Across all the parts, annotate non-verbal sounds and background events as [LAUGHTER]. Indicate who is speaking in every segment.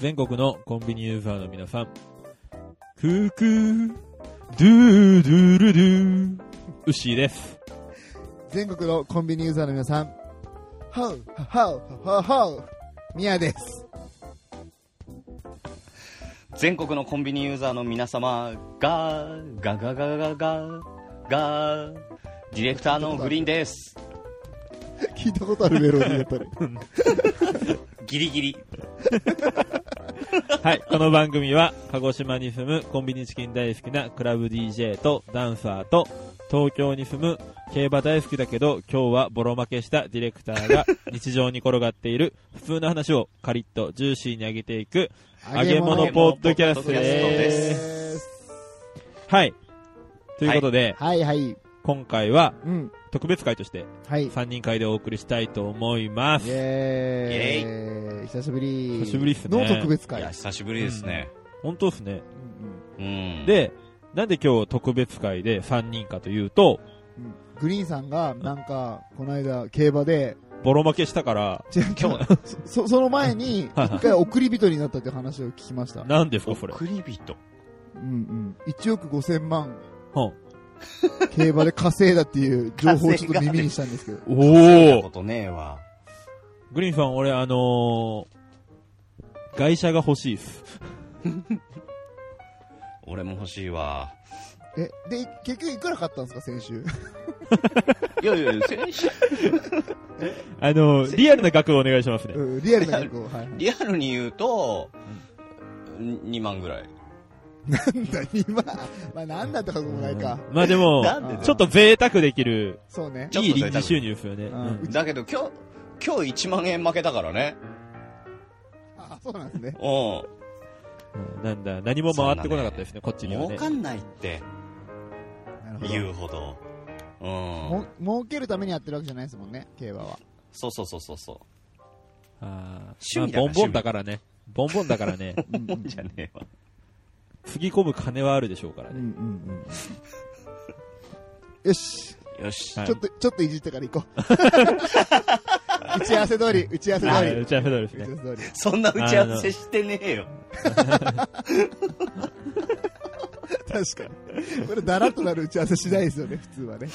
Speaker 1: 全国のコンビニユーザーの皆さん、クークー、ドゥードゥルドゥー、ウッシーです。
Speaker 2: 全国のコンビニユーザーの皆さん、ほう、ほう、ほう、ほう、みやです。
Speaker 3: 全国のコンビニユーザーの皆様がガガガガガガガディレクターのグリーンです
Speaker 2: [LAUGHS] 聞いたことあるメロディーやったね。 [LAUGHS]
Speaker 3: ギリギリ
Speaker 1: はい、この番組は、鹿児島に住むコンビニチキン大好きなクラブ DJ とダンサーと、東京に住む競馬大好きだけど、今日はボロ負けしたディレクター [LAUGHS] が日常に転がっている普通の話をカリッとジューシーに上げていく、揚げ物ポッドキャストで。
Speaker 3: です
Speaker 1: はい。ということで、
Speaker 2: はいはい。
Speaker 1: 今回は
Speaker 2: うん。
Speaker 1: 特別会として
Speaker 2: はい。イ
Speaker 1: 3人会でお送りしたいと思います。
Speaker 2: ェーイ。久しぶり。
Speaker 1: 久しぶりっすね
Speaker 2: の特別
Speaker 3: い
Speaker 2: 会
Speaker 3: や。久しぶりですね
Speaker 1: 本当ですね。
Speaker 2: うん
Speaker 3: うん
Speaker 1: で、なんで今日特別会で3人かというと、
Speaker 2: うんうんグリーンさんが、なんか、この間、競馬で、
Speaker 1: ボロ負けしたから、
Speaker 2: 違う今日、そその前に、
Speaker 1: はいはい
Speaker 2: 一回送り人になったって話を聞きま [LAUGHS] した。
Speaker 1: 何ですか、それ。
Speaker 3: 送り人
Speaker 2: うんうん。1億5000万、
Speaker 1: うん
Speaker 2: 競馬で稼いだっていう情報をちょっと耳にしたんですけど。
Speaker 3: そんな
Speaker 1: お
Speaker 3: こ
Speaker 1: お
Speaker 3: とねえわ
Speaker 1: グリーンさん、俺、あのー、外車が欲しいっす。
Speaker 3: 俺も欲しいわ
Speaker 2: え、で、結局いくら買ったんですか、先週。 [LAUGHS]
Speaker 3: いやいやいや先週
Speaker 1: あのー、リアルな額をお願いしますね。
Speaker 2: うんリアルな額を。はい。 [LAUGHS]
Speaker 3: リアルに言うと2万ぐらい
Speaker 2: なんだ、2万。まあ、なんだってこともないか。
Speaker 1: うんまあでも、
Speaker 3: なんでだよ
Speaker 1: ちょっと贅沢できる、
Speaker 2: そうね。
Speaker 3: ちょっ
Speaker 1: いい
Speaker 3: と贅沢
Speaker 1: 臨時収入ですよね。
Speaker 2: うん
Speaker 1: うん
Speaker 3: だけど今日今日1万円負けたからね
Speaker 2: あ、そうなんですね。
Speaker 3: うん
Speaker 1: うんなんだ、何も回ってこなかったですね、こっちには
Speaker 3: 儲
Speaker 1: ね。
Speaker 3: かんないって
Speaker 2: なるほ
Speaker 3: 言う
Speaker 2: ど。
Speaker 3: ほどう
Speaker 2: も
Speaker 3: ん
Speaker 2: 儲けるためにやってるわけじゃないですもんね、競馬は。
Speaker 3: そうそうそうそうそう
Speaker 1: あー
Speaker 3: 趣味だから
Speaker 1: まあボンボンだからね。
Speaker 3: [LAUGHS]
Speaker 1: ボンボンだからね。
Speaker 2: うんうん
Speaker 3: じゃねえわ
Speaker 1: つぎ込む金はあるでしょうから
Speaker 2: うんう
Speaker 1: ね。
Speaker 2: んうん。よし。
Speaker 3: よし、
Speaker 1: はい
Speaker 2: ちょっと、ちょっといじってから行こう。打ち合わせ通り、打ち合わせ
Speaker 1: は
Speaker 2: 通
Speaker 1: い、
Speaker 2: り。
Speaker 1: 打ち合わせ通りで
Speaker 2: 打
Speaker 1: す
Speaker 2: ち
Speaker 1: ね。
Speaker 2: 合わせ通り。
Speaker 3: そんな打ち合わせしてねえよ。
Speaker 2: 確かに。これ、だらっとなる打ち合わせしないですよね、普通はね。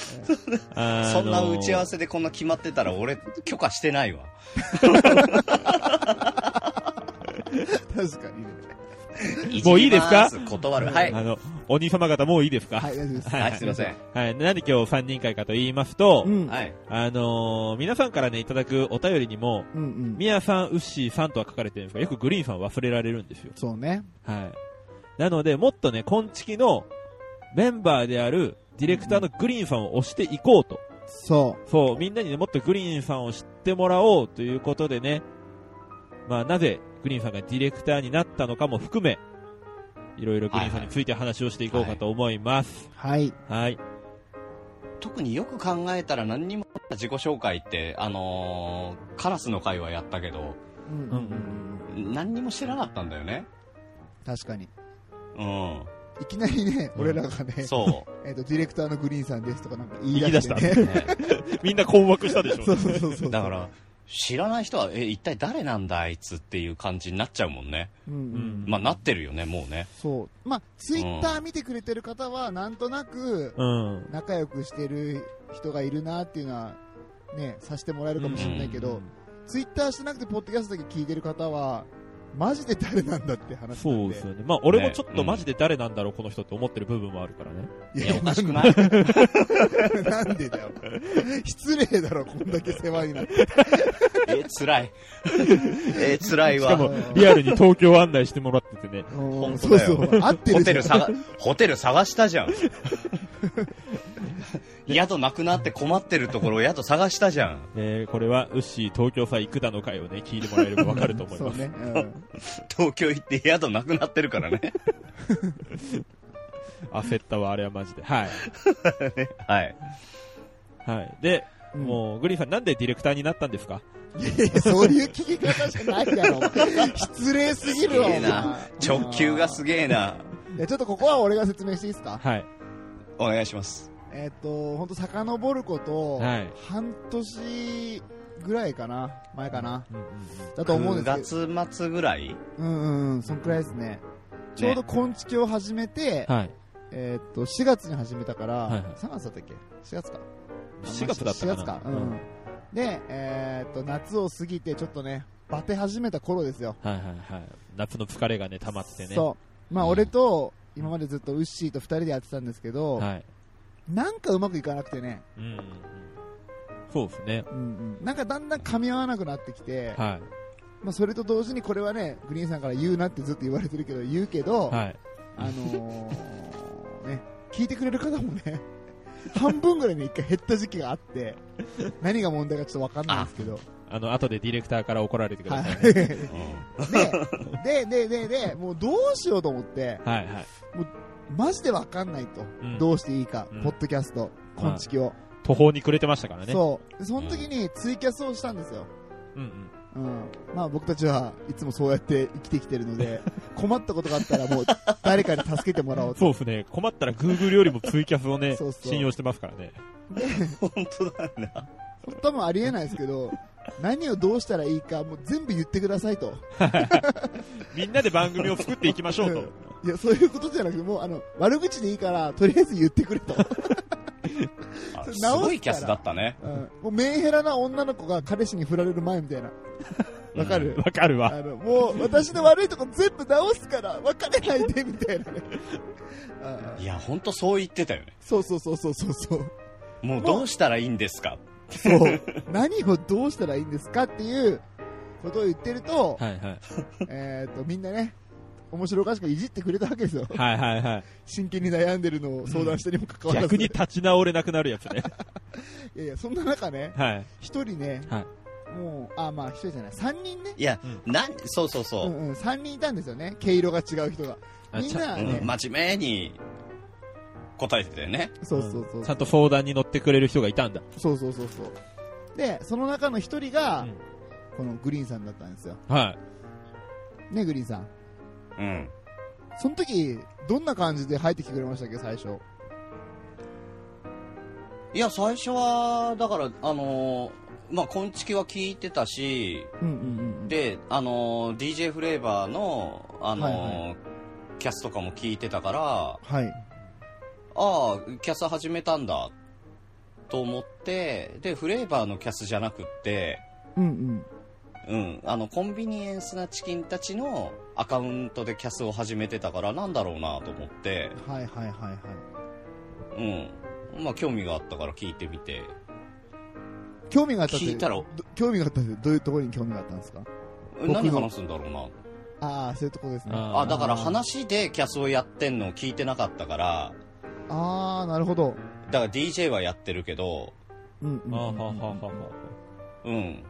Speaker 3: そんな打ち合わ
Speaker 1: せ。
Speaker 3: せでこんな決まってたら俺許可してないわ。
Speaker 2: 確かにね。
Speaker 1: もういいですか
Speaker 3: じります断る。はい。
Speaker 1: あ
Speaker 3: は
Speaker 1: の、お兄様方もういいですか
Speaker 2: はい、大丈夫です。
Speaker 3: い、すいません。
Speaker 1: はい。なんで今日3人会かと言いますと
Speaker 2: う、ん。
Speaker 3: はい。
Speaker 1: あのー、皆さんからね、いただくお便りにも、
Speaker 2: うんうん。
Speaker 1: ミヤさん、ウッシーさんとは書かれてるんですが、よくグリーンさんは忘れられるんですよ。
Speaker 2: そうね。
Speaker 1: はい。なので、もっとね、今チキのメンバーであるディレクターのグリーンさんを押していこうと。
Speaker 2: そ
Speaker 1: そう、みんなにね、もっとグリーンさんを知ってもらおうということでね、まあ、なぜグリーンさんがディレクターになったのかも含め、いろいろグリーンさんについて話をしていこうかと思います
Speaker 2: う。。はい。
Speaker 1: はい。
Speaker 3: 特によく考えたら何にも自己紹介って、あのー、カラスの会はやったけど、
Speaker 2: うんうんうんうん。
Speaker 3: 何にもしてなかったんだよね。
Speaker 2: 確かに。
Speaker 3: う
Speaker 2: いきなりね、
Speaker 1: うん
Speaker 2: 俺らがね、
Speaker 3: ん。そ
Speaker 2: えっ、と、ディレクターのグリーンさんですとかなんか言い
Speaker 1: 言い出
Speaker 2: 出し、
Speaker 1: してた
Speaker 2: ね。
Speaker 3: う。ね
Speaker 1: [LAUGHS] みんな困惑したでし
Speaker 2: そ
Speaker 1: ょ
Speaker 2: う。そうそうそう。
Speaker 3: だか、ら、知らない人は、え、一体誰なんだあいつっていう感じになっちゃうもんね。
Speaker 2: [LAUGHS] うんう。
Speaker 1: うんん
Speaker 3: まあなってるよね、もうね。
Speaker 2: そう。まあ、ツイッター見てくれてる方は、なんとなく、
Speaker 1: うん。
Speaker 2: 仲良くしてる人がいるなっていうのは、ね、させてもらえるかもしれないけど、ツイッターしてなくて、ポッドキャストだけ聞いてる方は、マジで誰なんだって話なんで。
Speaker 1: そうですよね。まあ、俺もちょっとマジで誰なんだろう、この人って思ってる部分もあるからね。
Speaker 2: い
Speaker 3: い
Speaker 2: や
Speaker 3: や、おかしくない
Speaker 2: なんでだよ。失礼だろ、こんだけ世話になって。
Speaker 3: え、辛い。え、辛い
Speaker 1: しか
Speaker 3: わ。
Speaker 1: も、リアルに東京案内してもらっててね。
Speaker 2: うん
Speaker 3: 本
Speaker 2: そう
Speaker 3: 当だ
Speaker 2: そ
Speaker 3: よ
Speaker 2: う。合って
Speaker 3: ホ
Speaker 2: るじ
Speaker 3: テ
Speaker 2: ゃ
Speaker 3: ル
Speaker 2: ん
Speaker 3: 探、ホテル探し
Speaker 2: [LAUGHS]
Speaker 3: たじゃん。宿なくなって困ってるところ宿探したじゃん。
Speaker 1: ねこれは、ウッシー東京さ行くだの会をね、聞いてもらえればわかると思い
Speaker 2: そ
Speaker 1: ま
Speaker 2: う
Speaker 1: す。
Speaker 2: ね。うん
Speaker 3: 東京行って宿なくなってるからね。
Speaker 1: 焦ったわ、あれはマジで。はい。
Speaker 3: はい。
Speaker 1: はい。で、
Speaker 2: うん
Speaker 1: もう、グリーンさん、なんでディレクターになったんですか
Speaker 2: いやいや、そういう聞き方じゃない
Speaker 1: [LAUGHS]
Speaker 2: だろ。失礼すぎるわ、
Speaker 3: すげえな
Speaker 2: お前
Speaker 3: 直球がすげえな。
Speaker 2: いやちょっとここは俺が説明していいですか
Speaker 1: はい。
Speaker 3: お願いします。
Speaker 2: えっ、と、ほんと遡ること、
Speaker 1: はい
Speaker 2: 半年ぐらいかな前かな
Speaker 1: うんうん
Speaker 2: だと思うん
Speaker 3: 9
Speaker 2: ですけ
Speaker 3: 月末ぐらい
Speaker 2: ど。うんうんうん、そんくらいですね。ちょうど昆虫を始めて、
Speaker 1: うんはい。
Speaker 2: えっと、4月に始めたから、
Speaker 1: はいはい
Speaker 2: 3月だったっけ ?4 月か。
Speaker 1: 4月だったかな。
Speaker 2: 4月か。うん。で、えっと、夏を過ぎて、ちょっとね、バテ始めた頃ですよ。
Speaker 1: はいはいはい。夏の疲れがね、溜まってね。
Speaker 2: そう。まあ、
Speaker 1: うん
Speaker 2: 俺と、今までずっとウッシーと2人でやってたんですけど、
Speaker 1: はい。
Speaker 2: なんかうまくいかなくてね、
Speaker 1: うんうんうん。そうですね。
Speaker 2: うんうん、なんかだんだん噛み合わなくなってきて、
Speaker 1: は
Speaker 2: まあ、それと同時にこれはね、グリーンさんから言うなってずっと言われてるけど、言うけど、
Speaker 1: い。はい。
Speaker 2: あのーね、聞いてくれる方もね、 [LAUGHS] 半分ぐらいに一回減った時期があって、何が問題かちょっとわかんないんですけど、
Speaker 1: あの、後でディレクターから怒られてくだ
Speaker 2: は
Speaker 1: さい。
Speaker 2: い。
Speaker 3: うん
Speaker 2: で、で、で、で、で、もうどうしようと思って、
Speaker 1: はいはい。
Speaker 2: マジでわかんないと、
Speaker 1: うん
Speaker 2: どうしていいか、
Speaker 1: うん
Speaker 2: ポッドキャスト、昆虫を。
Speaker 1: 途方に暮れてましたからね。
Speaker 2: そう。でその時にツイキャスをしたんですよ。
Speaker 1: うんうん。
Speaker 2: うん、まあ僕たちはいつもそうやって生きてきてるの [LAUGHS] で困ったことがあったらもう誰かに助けてもらおう
Speaker 1: そう
Speaker 2: と
Speaker 1: ですね。困ったら Google よりもツイキャスをね、
Speaker 2: [LAUGHS] そうそう
Speaker 1: 信用してますからね。
Speaker 3: 本当だな。
Speaker 2: 多分ありえないですけど何をどうしたらいいかもう全部言ってくださいと
Speaker 1: みんなで番組を作っていきましょうと。
Speaker 2: [LAUGHS] いやそういうことじゃなくてもうあの悪口でいいからとりあえず言ってく [LAUGHS] れと、そ
Speaker 3: あ
Speaker 2: れ直す
Speaker 3: す
Speaker 2: から
Speaker 3: ごいキャスだったね。
Speaker 2: うん、もうメンヘラな女の子が彼氏に振られる前みたいなわかる、
Speaker 1: わかる
Speaker 2: あ
Speaker 1: わ。
Speaker 2: のもう私の悪いとこ全部直すから別れないでみたいな [LAUGHS] ねああ
Speaker 3: いや、本当そう言ってたよね。
Speaker 2: そうそうそうそうそうそう
Speaker 3: もうどうしたらいいんですか
Speaker 2: そう。 [LAUGHS] 何をどうしたらいいんですかっていうことを言ってると、
Speaker 1: はいはい。
Speaker 2: えっと、みんなね、面白おかしくいじってくれたわけですよ。
Speaker 1: [LAUGHS] はいはい
Speaker 2: [LAUGHS]
Speaker 1: は
Speaker 2: 真剣に悩んでるのを相談してにもかかわ
Speaker 1: い。
Speaker 2: らず。
Speaker 1: 逆に立ち直れなくなるやつね。
Speaker 2: いやいや、そんな中ね、
Speaker 1: はい。
Speaker 2: 一人ね、
Speaker 1: はい
Speaker 2: もう、あ、まあ一人じゃない、三人ね。
Speaker 3: いや、なん、そうそう
Speaker 2: う
Speaker 3: そう。
Speaker 2: んうん、三人いたんですよね。毛色が違う人が。
Speaker 1: あ
Speaker 2: みん
Speaker 1: ちゃ
Speaker 2: なね
Speaker 3: うん、真面目に答えてたよね。
Speaker 2: そうそうそう
Speaker 1: ち。ゃんと相談に乗ってくれる人がいたんだ。
Speaker 2: そうそうそうそう。で、その中の一人が、
Speaker 1: うん
Speaker 2: このグリーンさんだったんですよ。
Speaker 1: はい。
Speaker 2: ね、グリーンさん。
Speaker 3: うん。
Speaker 2: その時、どんな感じで入ってきてくれましたっけ、最初。
Speaker 3: いや、最初は、だから、あのーまあ、昆虫は聞いてたし、
Speaker 2: うんうんうんうん。
Speaker 3: で、あのー DJ フレーバーの、あのー
Speaker 2: はい
Speaker 3: キャスとかも聞いてたから、あ
Speaker 2: はい。
Speaker 3: あ、キャス始めたんだ、と思って、で、フレーバーのキャスじゃなくって、
Speaker 2: うんうん。
Speaker 3: うん、あの、コンビニエンスなチキンたちのアカウントでキャスを始めてたから、なんだろうなと思って、
Speaker 2: はいはいはいはい。
Speaker 3: うん。まあ、興味があったから聞いてみて。
Speaker 2: 興味があったって
Speaker 3: 聞いたら
Speaker 2: ど興味があったってどういうところに興味があったんですか僕の
Speaker 3: 何話すんだろうな。
Speaker 2: ああ、そういうとこですね。
Speaker 1: あー
Speaker 3: あ、だから話でキャスをやってんのを聞いてなかったから、
Speaker 2: ああ、なるほど。
Speaker 3: だから DJ はやってるけど、
Speaker 2: うんうんうんうん。
Speaker 1: あはははは。
Speaker 3: うん。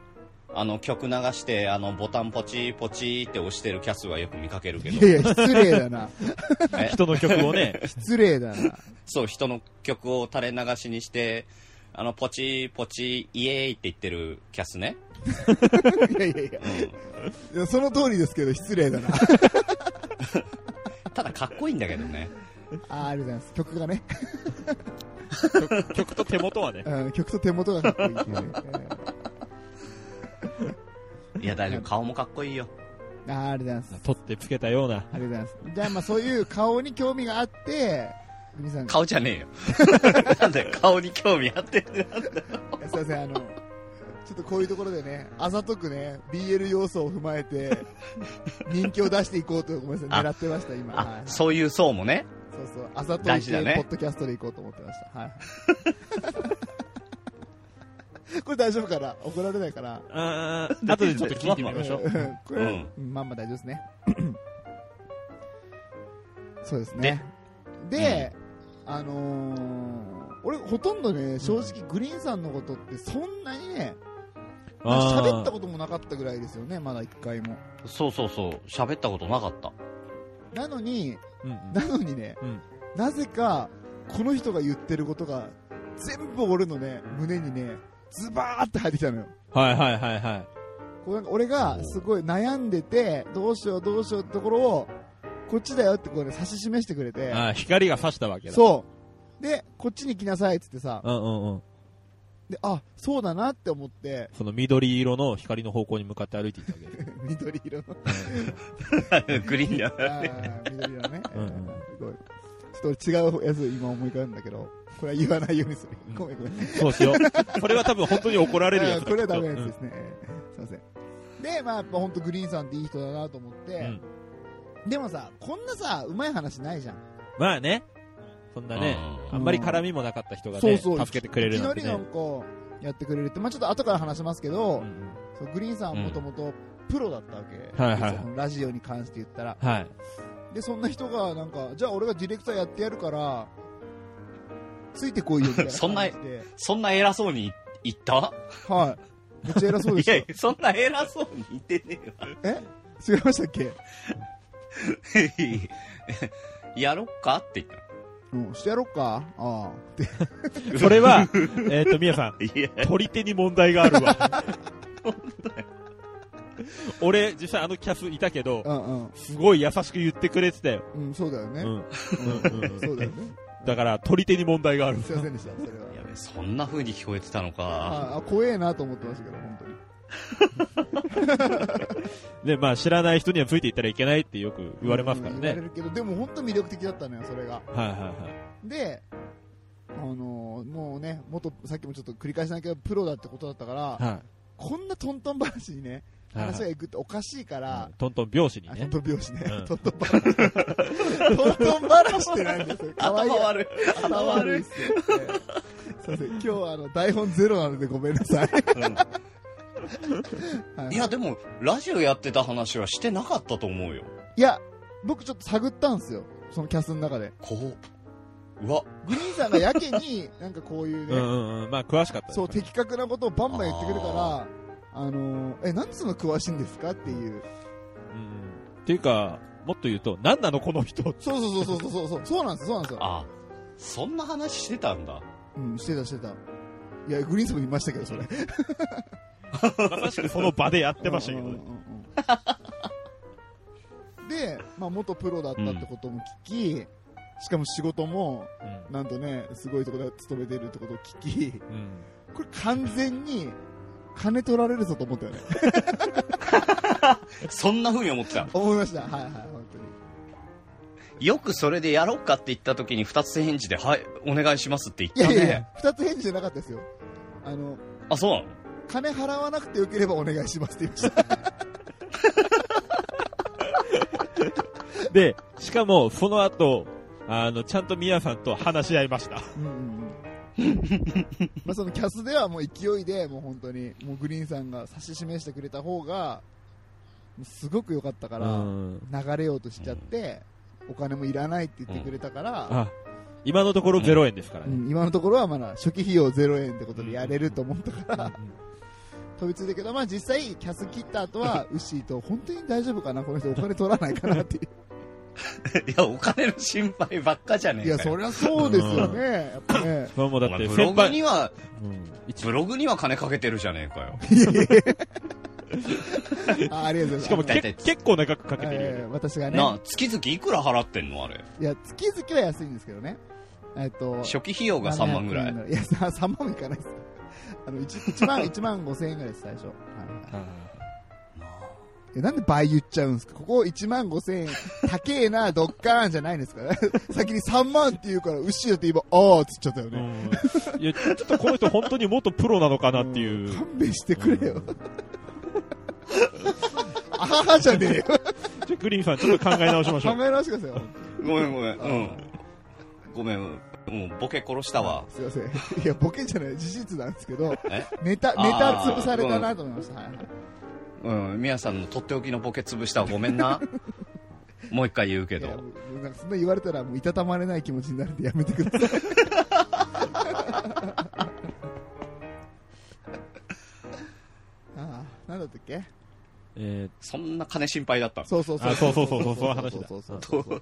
Speaker 3: あの曲流して、あのボタンポチポチって押してるキャスはよく見かけるけ
Speaker 2: い
Speaker 3: ど
Speaker 2: や、いや、失礼だな。
Speaker 3: え
Speaker 1: 人の曲をね、
Speaker 2: 失礼だな。
Speaker 3: そう、人の曲を垂れ流しにして、あの、ポチポチイエーイって言ってるキャスね。
Speaker 2: いやいやいや
Speaker 3: う。ん。
Speaker 2: いやその通りですけど、失礼だな。
Speaker 3: ただかっこいいんだけどね。
Speaker 2: ああ、ありがとうございます。曲がね。
Speaker 1: 曲 [LAUGHS] 曲と手元はね。
Speaker 2: うん曲と手元がかっこいいっていうね。
Speaker 3: いや、大丈夫。顔もかっこいいよ。
Speaker 2: うんああ、ありがとうございます。
Speaker 1: 取ってつけたような。
Speaker 2: ありがとうございます。じゃあ、まあそういう顔に興味があって、グミさん、い
Speaker 3: 顔じゃね
Speaker 2: [LAUGHS]
Speaker 3: えよ。なんだよ、顔に興味あってる。
Speaker 2: やすいません、あの、ちょっとこういうところでね、あざとくね、BL 要素を踏まえて、人気を出していこうと、ごめんなさい、狙ってました、今。はいは
Speaker 3: あ
Speaker 2: い、
Speaker 3: そういう層もね。
Speaker 2: そうそう、あざとい
Speaker 3: 大事
Speaker 2: 系
Speaker 3: だね
Speaker 2: ポッドキャストで行こうと思ってました。はい。 [LAUGHS] これ大丈夫かな怒られないかな
Speaker 1: あー後でちょっと聞いてみましょう。
Speaker 2: んこれ、
Speaker 3: う
Speaker 2: まんま大丈夫ですね。そうですね。で、あのー、俺ほとんどね、正直グリーンさんのことってそんなにね、
Speaker 1: あー
Speaker 2: 喋ったこともなかったぐらいですよね、まだ一回も。
Speaker 3: そうそうそう。喋ったことな
Speaker 2: [LAUGHS]
Speaker 3: かった。
Speaker 2: なのに、
Speaker 1: うんうん
Speaker 2: なのにね、
Speaker 1: うん
Speaker 2: なぜか、この人が言ってることが、全部俺のね、胸にね、ズバーって入ってきたのよ。
Speaker 1: はいはいはいは
Speaker 2: こうなんか俺がすごい悩んでて、どうしようどうしようってところを、こっちだよってこうね、指し示してくれて、
Speaker 1: ああ光が差したわけだ。
Speaker 2: そう。で、こっちに来なさいってってさ、
Speaker 1: うんうんうん。
Speaker 2: で、あ、そうだなって思って、 [LAUGHS]
Speaker 1: その緑色の光の方向に向かって歩いていったわけです。
Speaker 2: 緑色の、あ
Speaker 3: グリーンだ
Speaker 2: ー緑色のね、
Speaker 1: うんうん
Speaker 2: すごい。ちょっと俺違うやつ今思い浮かんだけど、これは言わないようにする。
Speaker 1: うん
Speaker 2: ごめんごめん。
Speaker 1: そうしよう。これは多分本当に怒られるやつ
Speaker 2: あ
Speaker 1: だ
Speaker 2: これはダメなや
Speaker 1: きっ
Speaker 2: つ
Speaker 1: と
Speaker 2: ですね。えーすいません。で、まあ、やっぱ本当グリーンさんっていい人だなと思っ
Speaker 1: うんう
Speaker 2: て
Speaker 1: ん、
Speaker 2: でもさ、こんなさ、うまい話ないじゃん。
Speaker 1: まあね。そんなね、
Speaker 2: うん
Speaker 1: あんまり絡みもなかった人が
Speaker 2: そ
Speaker 1: ね、
Speaker 2: うそう
Speaker 1: 助けてくれる
Speaker 2: いき
Speaker 1: な
Speaker 2: なん
Speaker 1: て
Speaker 2: りな
Speaker 1: ね
Speaker 2: ん。か、やってくれるって、まあちょっと後から話しますけど
Speaker 1: う、ん
Speaker 2: そうグリーンさんはもともとプロだったわけ。
Speaker 1: はいはい
Speaker 2: そのラジオに関して言ったら。
Speaker 1: うんはい。
Speaker 2: で、そんな人が、なんか、じゃあ俺がディレクターやってやるから、ついてこいよみたい
Speaker 1: [LAUGHS]
Speaker 2: な
Speaker 3: そんな
Speaker 2: 感じで。
Speaker 3: そんな偉そうに言った
Speaker 2: はい。めっちゃ偉そうで
Speaker 3: い
Speaker 2: した
Speaker 3: や
Speaker 2: よ
Speaker 3: い。や、そんな偉そうに言ってね
Speaker 2: え違いましたっけ
Speaker 3: えわ。 [LAUGHS] やろっかって言っ
Speaker 2: うん、してやろっかああ。で
Speaker 1: [LAUGHS] それ
Speaker 2: [LAUGHS]
Speaker 1: は、えっと、みやさん、
Speaker 3: た。いや、
Speaker 1: 取り手に問題がある
Speaker 2: [LAUGHS]
Speaker 1: わ。俺、実際あのキャスいたけど
Speaker 2: う、んうん。
Speaker 1: すごい優しく言ってくれてたよ。
Speaker 2: うん、そうだよ
Speaker 1: う
Speaker 2: ね。
Speaker 1: ん。うんうん
Speaker 2: そうだよね。
Speaker 1: だから、取り手に問題がある。
Speaker 2: すいませんでした、それは。
Speaker 3: やべそんな風に聞こえてたのか。
Speaker 2: ああ、怖えなと思ってましたけど、本当に。
Speaker 1: で、まあ、知らない人にはついていったらいけないってよく言われますから
Speaker 2: うん言われ
Speaker 1: ね。
Speaker 2: るけど、でも本当魅力的だったのよ、それが。
Speaker 1: はいはいはい。
Speaker 2: で、あのーもうね、元、さっきもちょっと繰り返しないけど、プロだってことだったから、
Speaker 1: は
Speaker 2: こんなトントン話にね、
Speaker 1: い。はい
Speaker 2: 話がいくっておかしいから、
Speaker 1: トントン拍子に
Speaker 2: あ
Speaker 1: ね。
Speaker 2: トントン拍子ね
Speaker 1: うん。
Speaker 2: トントン話。トントン話ってなんですよ。かわいい
Speaker 3: 頭
Speaker 2: や。
Speaker 3: 悪い。頭悪
Speaker 2: っ [LAUGHS]
Speaker 3: い。
Speaker 2: すよ。すいません、今日はあの台本ゼロなのでごめんなさい。はい
Speaker 3: いや、でも、ラジオやってた話はしてなかったと思うよ。
Speaker 2: いや、僕ちょっと探ったんですよ。そのキャスの中で。
Speaker 3: こう。うわ、
Speaker 2: グリーンさんがやけに、なんかこういう
Speaker 1: う
Speaker 2: ね、
Speaker 1: んうんうん。まあ、詳しかったです。
Speaker 2: そう、的確なことをバンバン言ってくるから、あのー、え、なんでそんな詳しいんですかっていう。
Speaker 1: うん。っていうか、もっと言うと、何なのこの
Speaker 2: [LAUGHS]
Speaker 1: 人。
Speaker 2: そうそうそうそうそうそう、そうなんですよ、そうなんですよ。
Speaker 3: あ、そんな話してたんだ。
Speaker 2: うん、してたしてた。いや、グリーンさんも言いましたけど、それ。
Speaker 1: まさしくその場でやってましたけど
Speaker 2: うんうん
Speaker 1: ね。
Speaker 2: うん [LAUGHS] うん。で、まあ、元プロだったってことも聞き、しかも仕事も、なんとね、すごいところで勤めてるってことを聞き、
Speaker 1: うんうん。
Speaker 2: これ完全に、金取られるぞと思ったよね。 [LAUGHS]
Speaker 3: そんな風に思ってた。
Speaker 2: 思いました。はいはい、本当に。
Speaker 3: よくそれでやろうかって言った時に二つ返事で、はい、お願いしますって
Speaker 2: い
Speaker 3: 言っ
Speaker 2: や
Speaker 3: た
Speaker 2: いやいや
Speaker 3: ね。、
Speaker 2: 二つ返事じゃなかったですよ。あの、
Speaker 3: あ、そうなの [LAUGHS]
Speaker 2: 金払わなくてよければお願いしますって言いました。
Speaker 1: で、しかも、その後、あの、ちゃんとミヤさんと話し合いました。
Speaker 2: うんうんうん。まあそのキャスではもう勢いで、もう本当に、もうグリーンさんが指し示してくれた方が、すごく良かったか
Speaker 1: う
Speaker 2: ら、
Speaker 1: ん。
Speaker 2: 流れようとしちゃって、お金もいらないって言ってくれたから、
Speaker 1: あ、今のところ0円ですから
Speaker 2: う
Speaker 1: ね。
Speaker 2: ん今のところはまだ初期費用0円ってことでやれると思ったから、飛びついたけど、まあ実際、キャス切った後
Speaker 1: [LAUGHS]
Speaker 2: は、ウッシーと、本当に大丈夫かなこの人お金取らないかなっていう。
Speaker 3: いや、お金の心配ばっかじゃねえ
Speaker 2: い
Speaker 3: かよ
Speaker 2: や、そりゃそうですよね。やっぱね。
Speaker 1: そうもうだっ
Speaker 3: お前
Speaker 1: て、
Speaker 3: ブロ
Speaker 1: 先
Speaker 3: グ
Speaker 1: 輩
Speaker 3: に、は、
Speaker 1: うん
Speaker 3: ブログには金かけてるじゃねえかよ。
Speaker 2: あありがとうございます。
Speaker 1: しかも
Speaker 3: 大
Speaker 1: け
Speaker 3: 体
Speaker 1: 結構長くかけてるよ
Speaker 2: え
Speaker 1: ね。
Speaker 2: ー私がね、
Speaker 3: なあ、月々いくら払ってんのあれ。
Speaker 2: いや、月々は安いんですけどね。えっと、
Speaker 3: 初期費用が3万ぐらい。
Speaker 2: い。いや、 [LAUGHS] さ3万もいかないです。あの、1, 1万、1万5千円
Speaker 3: [LAUGHS]
Speaker 2: ぐらいです、最初。はいはいえなんで倍言っちゃうんですかここ1万5千円、高えな、ドッカーンじゃないんですから、 [LAUGHS] 先に3万って言うから、牛だって今、あーっつっちゃったよ
Speaker 1: う
Speaker 2: ね。
Speaker 1: んいや、ちょっとこの人本当に元プロなのかなっていう。
Speaker 2: 勘弁してくれよ。
Speaker 1: うん
Speaker 2: [LAUGHS] あははじゃ
Speaker 3: [LAUGHS]
Speaker 2: ねえよ。
Speaker 1: ちょグリーンさん、ちょっと考え直しまし
Speaker 2: 考
Speaker 1: ょ
Speaker 2: え
Speaker 1: う。
Speaker 2: 直してくださいよ。
Speaker 3: ごめんごめん。うん。ごめん。もうボケ殺したわ。
Speaker 2: すいません。いや、ボケじゃない、事実なんですけど
Speaker 3: え、
Speaker 2: ネタ、
Speaker 3: あー
Speaker 2: ネタ潰されたなと思いました。はいはい。
Speaker 3: うん。みやさんのとっておきのボケ潰したわ。ごめんな。もう一回言うけ
Speaker 2: いや
Speaker 3: ど。
Speaker 2: もうなんかそんな言われたらもういたたまれない気持ちになるんでやめてく
Speaker 1: [LAUGHS]
Speaker 2: ださいああなんだったっけ
Speaker 1: [LAUGHS] え
Speaker 3: そんな金心配だったの
Speaker 2: そうそうそう
Speaker 1: あそうそうそうそうそういう話だ
Speaker 2: そうそうそうそう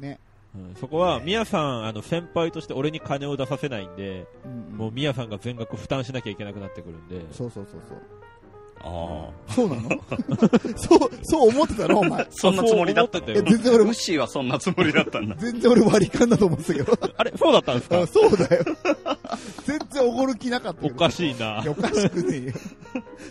Speaker 2: ね、
Speaker 1: ーうんそこは、ミヤさん、あの、先輩として俺に金を出させないんで、
Speaker 2: うんうん
Speaker 1: もうミヤさんが全額負担しなきゃいけなくなってくるんで、
Speaker 2: そうそうそうそう
Speaker 3: あ
Speaker 2: そうなの [LAUGHS] そう、そう思ってたのお前
Speaker 3: あ。。そんなつもりだった
Speaker 1: そう思
Speaker 2: え、
Speaker 1: てよ。
Speaker 2: 全然俺
Speaker 3: ムッ、シーはそんなつもりだったんだ。
Speaker 2: 全然俺割り勘だと思ってたけど。
Speaker 1: あれ、 [LAUGHS] そうだったんです
Speaker 2: あ
Speaker 1: か
Speaker 2: そうだよ。全然おごる気なかったけ
Speaker 1: お
Speaker 2: ど。
Speaker 1: かしいない
Speaker 2: や。おかしくねえよ。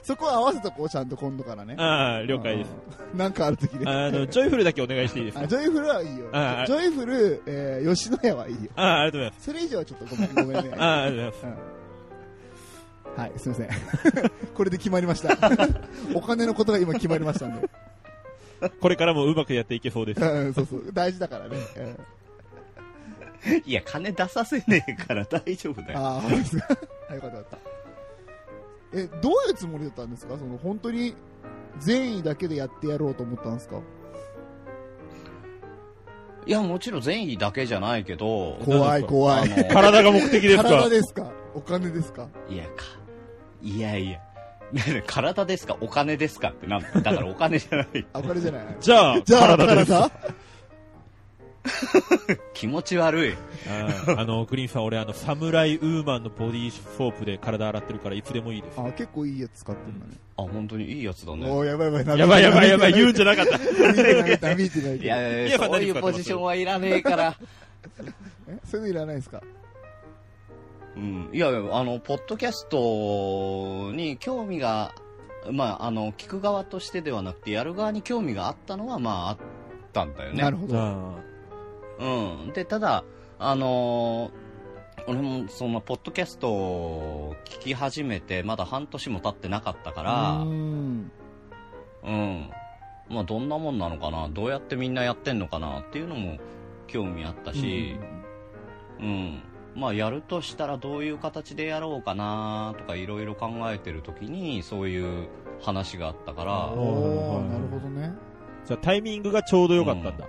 Speaker 2: そこは合わせとこう、ちゃんと今度からね。
Speaker 1: ああ、了解です。
Speaker 2: うん。なんかある時ね。
Speaker 1: あの、ジョイフルだけお願いしていいですか
Speaker 2: あジョイフルはいいよ。ジ
Speaker 1: ああ
Speaker 2: ョイフル、えー、吉野家はいいよ。
Speaker 1: ああ、ありがとうござい
Speaker 2: それ以上はちょっとごめん、ごめんね。
Speaker 1: ます。ああ、ありがとうございます。
Speaker 2: はい、すいません。 [LAUGHS] これで決まりました。 [LAUGHS] お金のことが今決まりましたんで。
Speaker 1: これからもうまくやっていけそうです。
Speaker 2: うん、そうそう。大事だからね。うん
Speaker 3: いや、金出させねえから大丈夫だよ。
Speaker 2: ああ、そうですか。 [LAUGHS] あよかったよかった。え、どういうつもりだったんですかその、本当に、善意だけでやってやろうと思ったんですか
Speaker 3: いや、もちろん善意だけじゃないけど、
Speaker 2: 怖い怖い。
Speaker 3: あの
Speaker 1: 体が目的ですか
Speaker 2: 体ですかお金ですか
Speaker 3: いやか。いやいや。 [LAUGHS] ね体ですかお金ですかってなんだだからお金じゃ [LAUGHS] ない。
Speaker 2: あ、お金じゃない。
Speaker 1: じゃあ、
Speaker 2: じゃあ、
Speaker 1: 体です。
Speaker 2: 体
Speaker 3: 気持ち悪い。
Speaker 1: ああの、グリーンさん、俺、あの、サムライウーマンのボディーソープで体洗ってるから、いつでもいいです。
Speaker 2: あ、結構いいやつ使ってんだね。
Speaker 3: あ、本当にいいやつだね。
Speaker 2: おー、やばいやばい。
Speaker 1: やばいやばいやば
Speaker 2: [LAUGHS]
Speaker 1: い、言うんじ
Speaker 2: ゃ
Speaker 1: ゃなかった。
Speaker 2: 見てない、見てない、見てない。
Speaker 3: いやい
Speaker 1: いや
Speaker 3: や、そういうポジションはいらねえから。
Speaker 2: えそういうのいらないですか
Speaker 3: うん。いやいや、あの、ポッドキャストに興味が、まあ、あの、聞く側としてではなくて、やる側に興味があったのは、まあ、あったんだよね。
Speaker 2: なるほど。
Speaker 1: あ
Speaker 3: うん。で、ただ、あのー俺もそのポッドキャストを聞き始めてまだ半年も経ってなかったから
Speaker 2: うーん
Speaker 3: うん。まあ、どんなもんなのかな、どうやってみんなやってんのかなっていうのも興味あったし、うん、まあ、やるとしたらどういう形でやろうかなとかいろいろ考えてるときに、そういう話があったから、
Speaker 2: おー、なるほどね。
Speaker 1: ーじゃあ、タイミングがちょうど良かったんだ。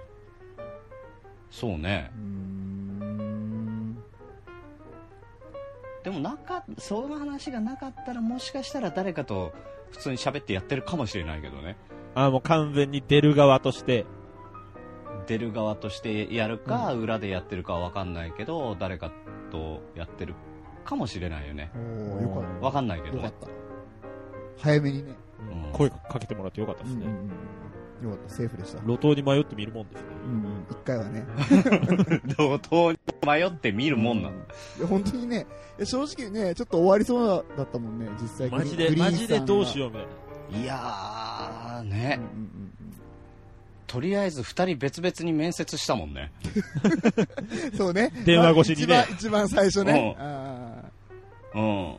Speaker 3: そうね
Speaker 2: う。ーん。
Speaker 3: でも、なか、その話がなかったら、もしかしたら誰かと普通に喋ってやってるかもしれないけどね。
Speaker 1: あーもう完全に出る側として。
Speaker 3: 出る側としてやるか、裏でやってるかは分かんないけど、誰かとやってるかもしれないよね。
Speaker 2: おー、よかっ
Speaker 3: 分かんないけ
Speaker 2: た。
Speaker 3: ど
Speaker 2: よか
Speaker 3: ね
Speaker 2: っ。た。早めにね。
Speaker 3: うん
Speaker 1: 声かけてもらって良かった
Speaker 2: う
Speaker 1: で
Speaker 2: ん
Speaker 1: す
Speaker 2: うん
Speaker 1: ね。
Speaker 2: うん。よかった、セーフでした。
Speaker 1: 路頭に迷ってみるもんですね。
Speaker 2: うんうん、一回はね。
Speaker 3: 同等に迷って見るもんなんだ。
Speaker 2: いや本当にね、いや正直ね、ちょっと終わりそうだったもんね、実際
Speaker 1: マジで、マジでどうし
Speaker 2: よ
Speaker 1: ようみたいな。
Speaker 3: いやー
Speaker 2: う
Speaker 3: ね
Speaker 2: んう、んうん
Speaker 3: とりあえず二人別々に面接したもんね。
Speaker 2: うん。そうね。
Speaker 1: 電話越しにね
Speaker 2: まあ一番、一番最初ね。
Speaker 3: う
Speaker 2: あ
Speaker 3: うん。
Speaker 2: ー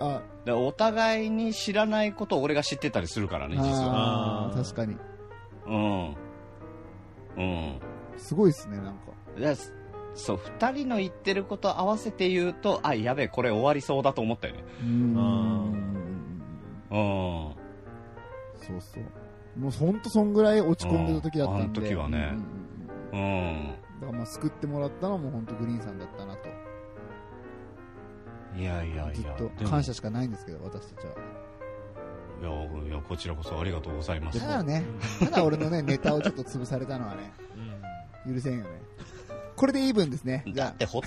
Speaker 2: あ、
Speaker 3: でお互いに知らないことを俺が知ってたりするからね、実は。
Speaker 2: あ
Speaker 1: あ
Speaker 2: ー
Speaker 1: ー
Speaker 2: 確かに。
Speaker 3: うん。うん。
Speaker 2: すごいですね、なんか。
Speaker 3: でそう、二人の言ってること合わせて言うと、あ、やべえ、これ終わりそうだと思ったよね。
Speaker 2: うーん
Speaker 1: あー
Speaker 2: うんうんうん
Speaker 3: うん。
Speaker 2: そうそう。もうほんとそんぐらい落ち込んでた時だったんで。
Speaker 3: うんあの時はね
Speaker 2: うんうんうん
Speaker 3: うん。
Speaker 2: だからまあ救ってもらったのも本当グリーンさんだったなと。
Speaker 3: いやいやいや。
Speaker 2: ずっ
Speaker 1: で
Speaker 2: と
Speaker 1: も
Speaker 2: 感謝しかないんですけど、私たちは。
Speaker 3: いや、いや、こちらこそありがとうございます。
Speaker 2: ただね、ただ俺のね、ネタをちょっと潰されたのはね、
Speaker 1: うん
Speaker 2: 許せんよね。これでイーブンですね。じ
Speaker 3: だっ
Speaker 2: ゃ
Speaker 3: てほっ、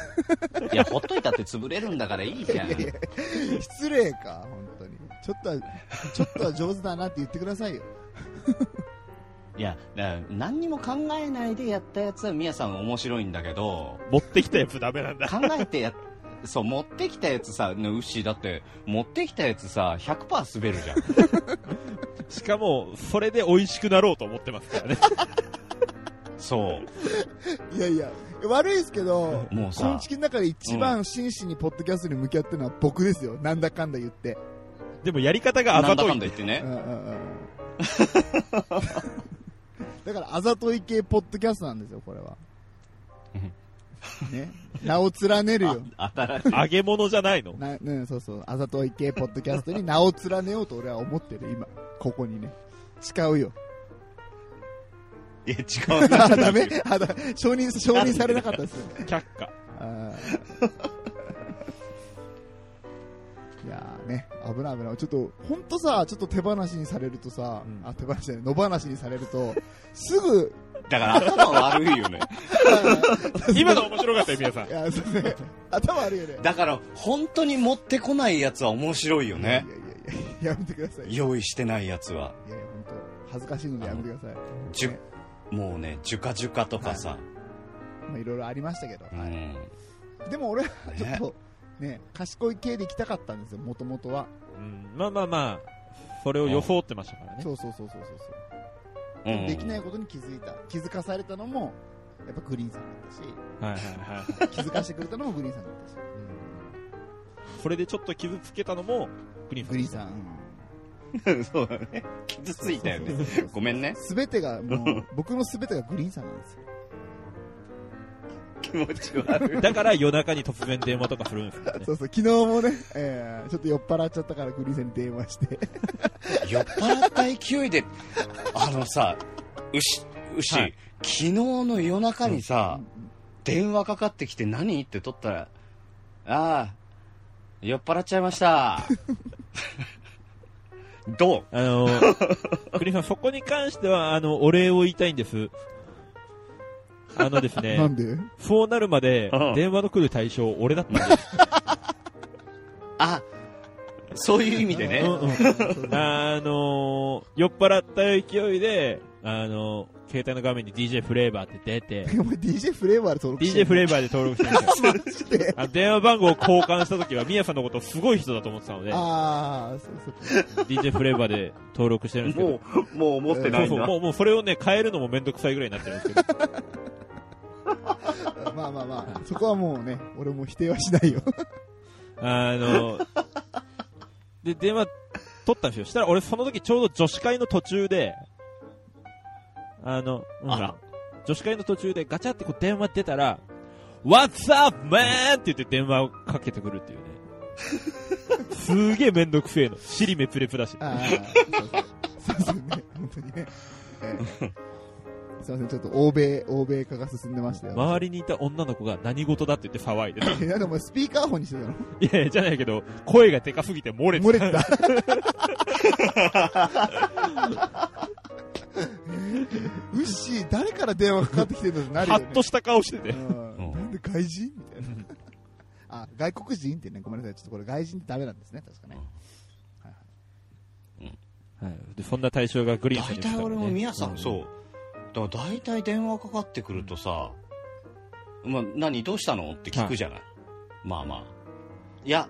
Speaker 3: いや、ほっといたって潰れるんだからいいじゃん。
Speaker 2: あ、失礼か、本当に。ちょっとは、ちょっとは上手だなって言ってくださいよ。
Speaker 3: いや、だから何にも考えないでやったやつは、みやさん面白いんだけ
Speaker 2: [LAUGHS]
Speaker 3: ど、
Speaker 1: 持ってきたやつダメなんだ。
Speaker 3: 考えてや、そう、持ってきたやつさ、ね、ウッシーだって、持ってきたやつさ、100%滑るじゃ
Speaker 2: [LAUGHS]
Speaker 3: ん。
Speaker 1: しかも、それで美味しくなろうと思ってますからね。
Speaker 3: そ
Speaker 2: いやいや、悪いですけど、
Speaker 3: う。もう
Speaker 2: この
Speaker 3: さ
Speaker 2: チ、キンの中で一番真摯にポッドキャストに向き合ってるのは僕ですよ。なんだかんだ言って。
Speaker 1: でもやり方があ
Speaker 3: な
Speaker 1: ざ
Speaker 3: んだ
Speaker 1: と
Speaker 3: か
Speaker 1: い
Speaker 3: んだ。言ってね
Speaker 2: うん。うんうんうん。だから、あざとい系ポッドキャストなんですよ、これは。ね。名を連ねるよ。
Speaker 3: 新しい。
Speaker 1: 揚げ物じゃないの。
Speaker 2: な、うん、そうそう。あざとい系ポッドキャストに名を連ねようと俺は思ってる、今。ここにね。誓うよ。 [LAUGHS]
Speaker 3: いや、違うな
Speaker 2: あ、。ダメあ、だ、承認、承認されなかったですよね。
Speaker 1: 却下。
Speaker 2: あ [LAUGHS] ーいやーね、危ない危ない。ちょっと、ほんとさ、ちょっと手放しにされるとさ、
Speaker 1: うん
Speaker 2: あ、手放しじゃない、野放しにされる
Speaker 1: [LAUGHS]
Speaker 2: と、すぐ、
Speaker 3: だから頭悪いよね。
Speaker 1: 今の面白かったよ、皆さん
Speaker 2: い。や、そうね、頭悪いよね。
Speaker 3: だから、本当に持ってこないやつは面白いよね
Speaker 2: い。やいやいやいややめてください。いや
Speaker 3: 用意してないやつは、
Speaker 2: いや、本当恥ずかしいのでやめてください。
Speaker 3: じゅ
Speaker 2: ね
Speaker 3: もうね、ジュカジュカとかさ、
Speaker 2: まあいろいろありましたけど。
Speaker 3: うん。
Speaker 2: でも俺は
Speaker 3: ね
Speaker 2: ちょっと、ね、賢い系で行きたかったんですよ、もともとは。
Speaker 1: うん、まあまあまあ、それを予想ってましたからね。
Speaker 2: そうそうそうそうそうそう。で
Speaker 3: うん
Speaker 2: もできないことに気づいた。気づかされたのも、やっぱグリーンさんだったし。
Speaker 1: はいはいはい。
Speaker 3: [LAUGHS]
Speaker 2: 気づかしてくれたのもグリーンさんだったし、
Speaker 1: それでちょっと傷つけたのも、グリーンさん。
Speaker 2: グリーンさん、
Speaker 3: [LAUGHS] そうだね。傷ついたよね
Speaker 2: そうそうそう。
Speaker 3: ごめんね。
Speaker 2: すべてが、もう、僕のすべてがグリーンさんなんですよ。
Speaker 3: 気持ち悪い。
Speaker 1: だから夜中に突然電話とかするんですからね
Speaker 2: そ。うそう、昨日もね、えーちょっと酔っ払っちゃったからグリーンさんに電話して、
Speaker 3: 酔っ払った勢いで、あのさ、牛、牛、
Speaker 1: はい
Speaker 3: 昨日の夜中にさ、電話かかってきて何って取ったら、ああ、酔っ払っちゃいました。どう
Speaker 1: あのー、グリーンさん、そこに関しては、あの、お礼を言いたいんです。あのです
Speaker 2: な
Speaker 1: ね
Speaker 2: ん、で
Speaker 1: そうなるまで
Speaker 3: うん、
Speaker 1: 電話の来る対象、俺だったんです。
Speaker 3: あ、そういう意味でね。
Speaker 1: うんうん
Speaker 2: そう
Speaker 1: あのー、酔っ払った勢いで、あのー、携帯の画面に DJ フレーバーって出て、
Speaker 3: [LAUGHS]
Speaker 2: お前 DJ フレーバーで登録して
Speaker 1: DJ フ
Speaker 2: レ
Speaker 1: レーバーで登録してるんですよ。あの電話番号を交換した時は、ミヤさんのことをすごい人だと思ってたので、
Speaker 2: [LAUGHS] ああ、そうそう。
Speaker 1: DJ フレーバーで登録してるんですけど、
Speaker 3: もう、もう思ってな
Speaker 1: そう
Speaker 3: い
Speaker 1: そう、
Speaker 3: な。
Speaker 1: もう、もうそれをね、変えるのもめんどくさいぐらいになってるんですけど。
Speaker 2: まあまあまあ、そこはもうね、俺も否定はしないよ。
Speaker 1: あの、
Speaker 3: [LAUGHS]
Speaker 1: で、電話取ったんですよ。したら俺その時ちょうど女子会の途中で、あの、うん
Speaker 3: あら
Speaker 1: 女子会の途中でガチャってこう電話出たら、What's up, man! って言って電話をかけてくるっていうね。
Speaker 3: [LAUGHS]
Speaker 1: すげえめんどくせえの。尻めプレプだし。
Speaker 2: ああ、そうそう。そうですね、本当にね。ええすいません、ちょっと欧米、欧米化が進んでましたよ。
Speaker 1: 周りにいた女の子が何事だって言って騒いで
Speaker 3: [LAUGHS]
Speaker 1: た。
Speaker 2: えなんでお前スピーカーフォンにしてたの
Speaker 1: いやいや、じゃないけど、声がでかすぎて漏れてた。
Speaker 2: 漏れてた。 [LAUGHS] ウッシー、誰から電話かかってきてるのってなる
Speaker 1: ハ
Speaker 2: よね。
Speaker 1: ッとした顔してて
Speaker 2: う。んなんで外人みたいな。あ、外国人ってね、ごめんなさい。ちょっとこれ外人ってダメなんですね、確かね。
Speaker 1: はい、でそんな対象がグリーンさん
Speaker 3: 大
Speaker 1: に来たか
Speaker 3: 体
Speaker 1: らね
Speaker 3: 俺も宮さ
Speaker 1: うん
Speaker 3: ん、そう。だから大体電話かかってくるとさ、まあ、何、どうしたのって聞くじゃない。まあまあ。いや、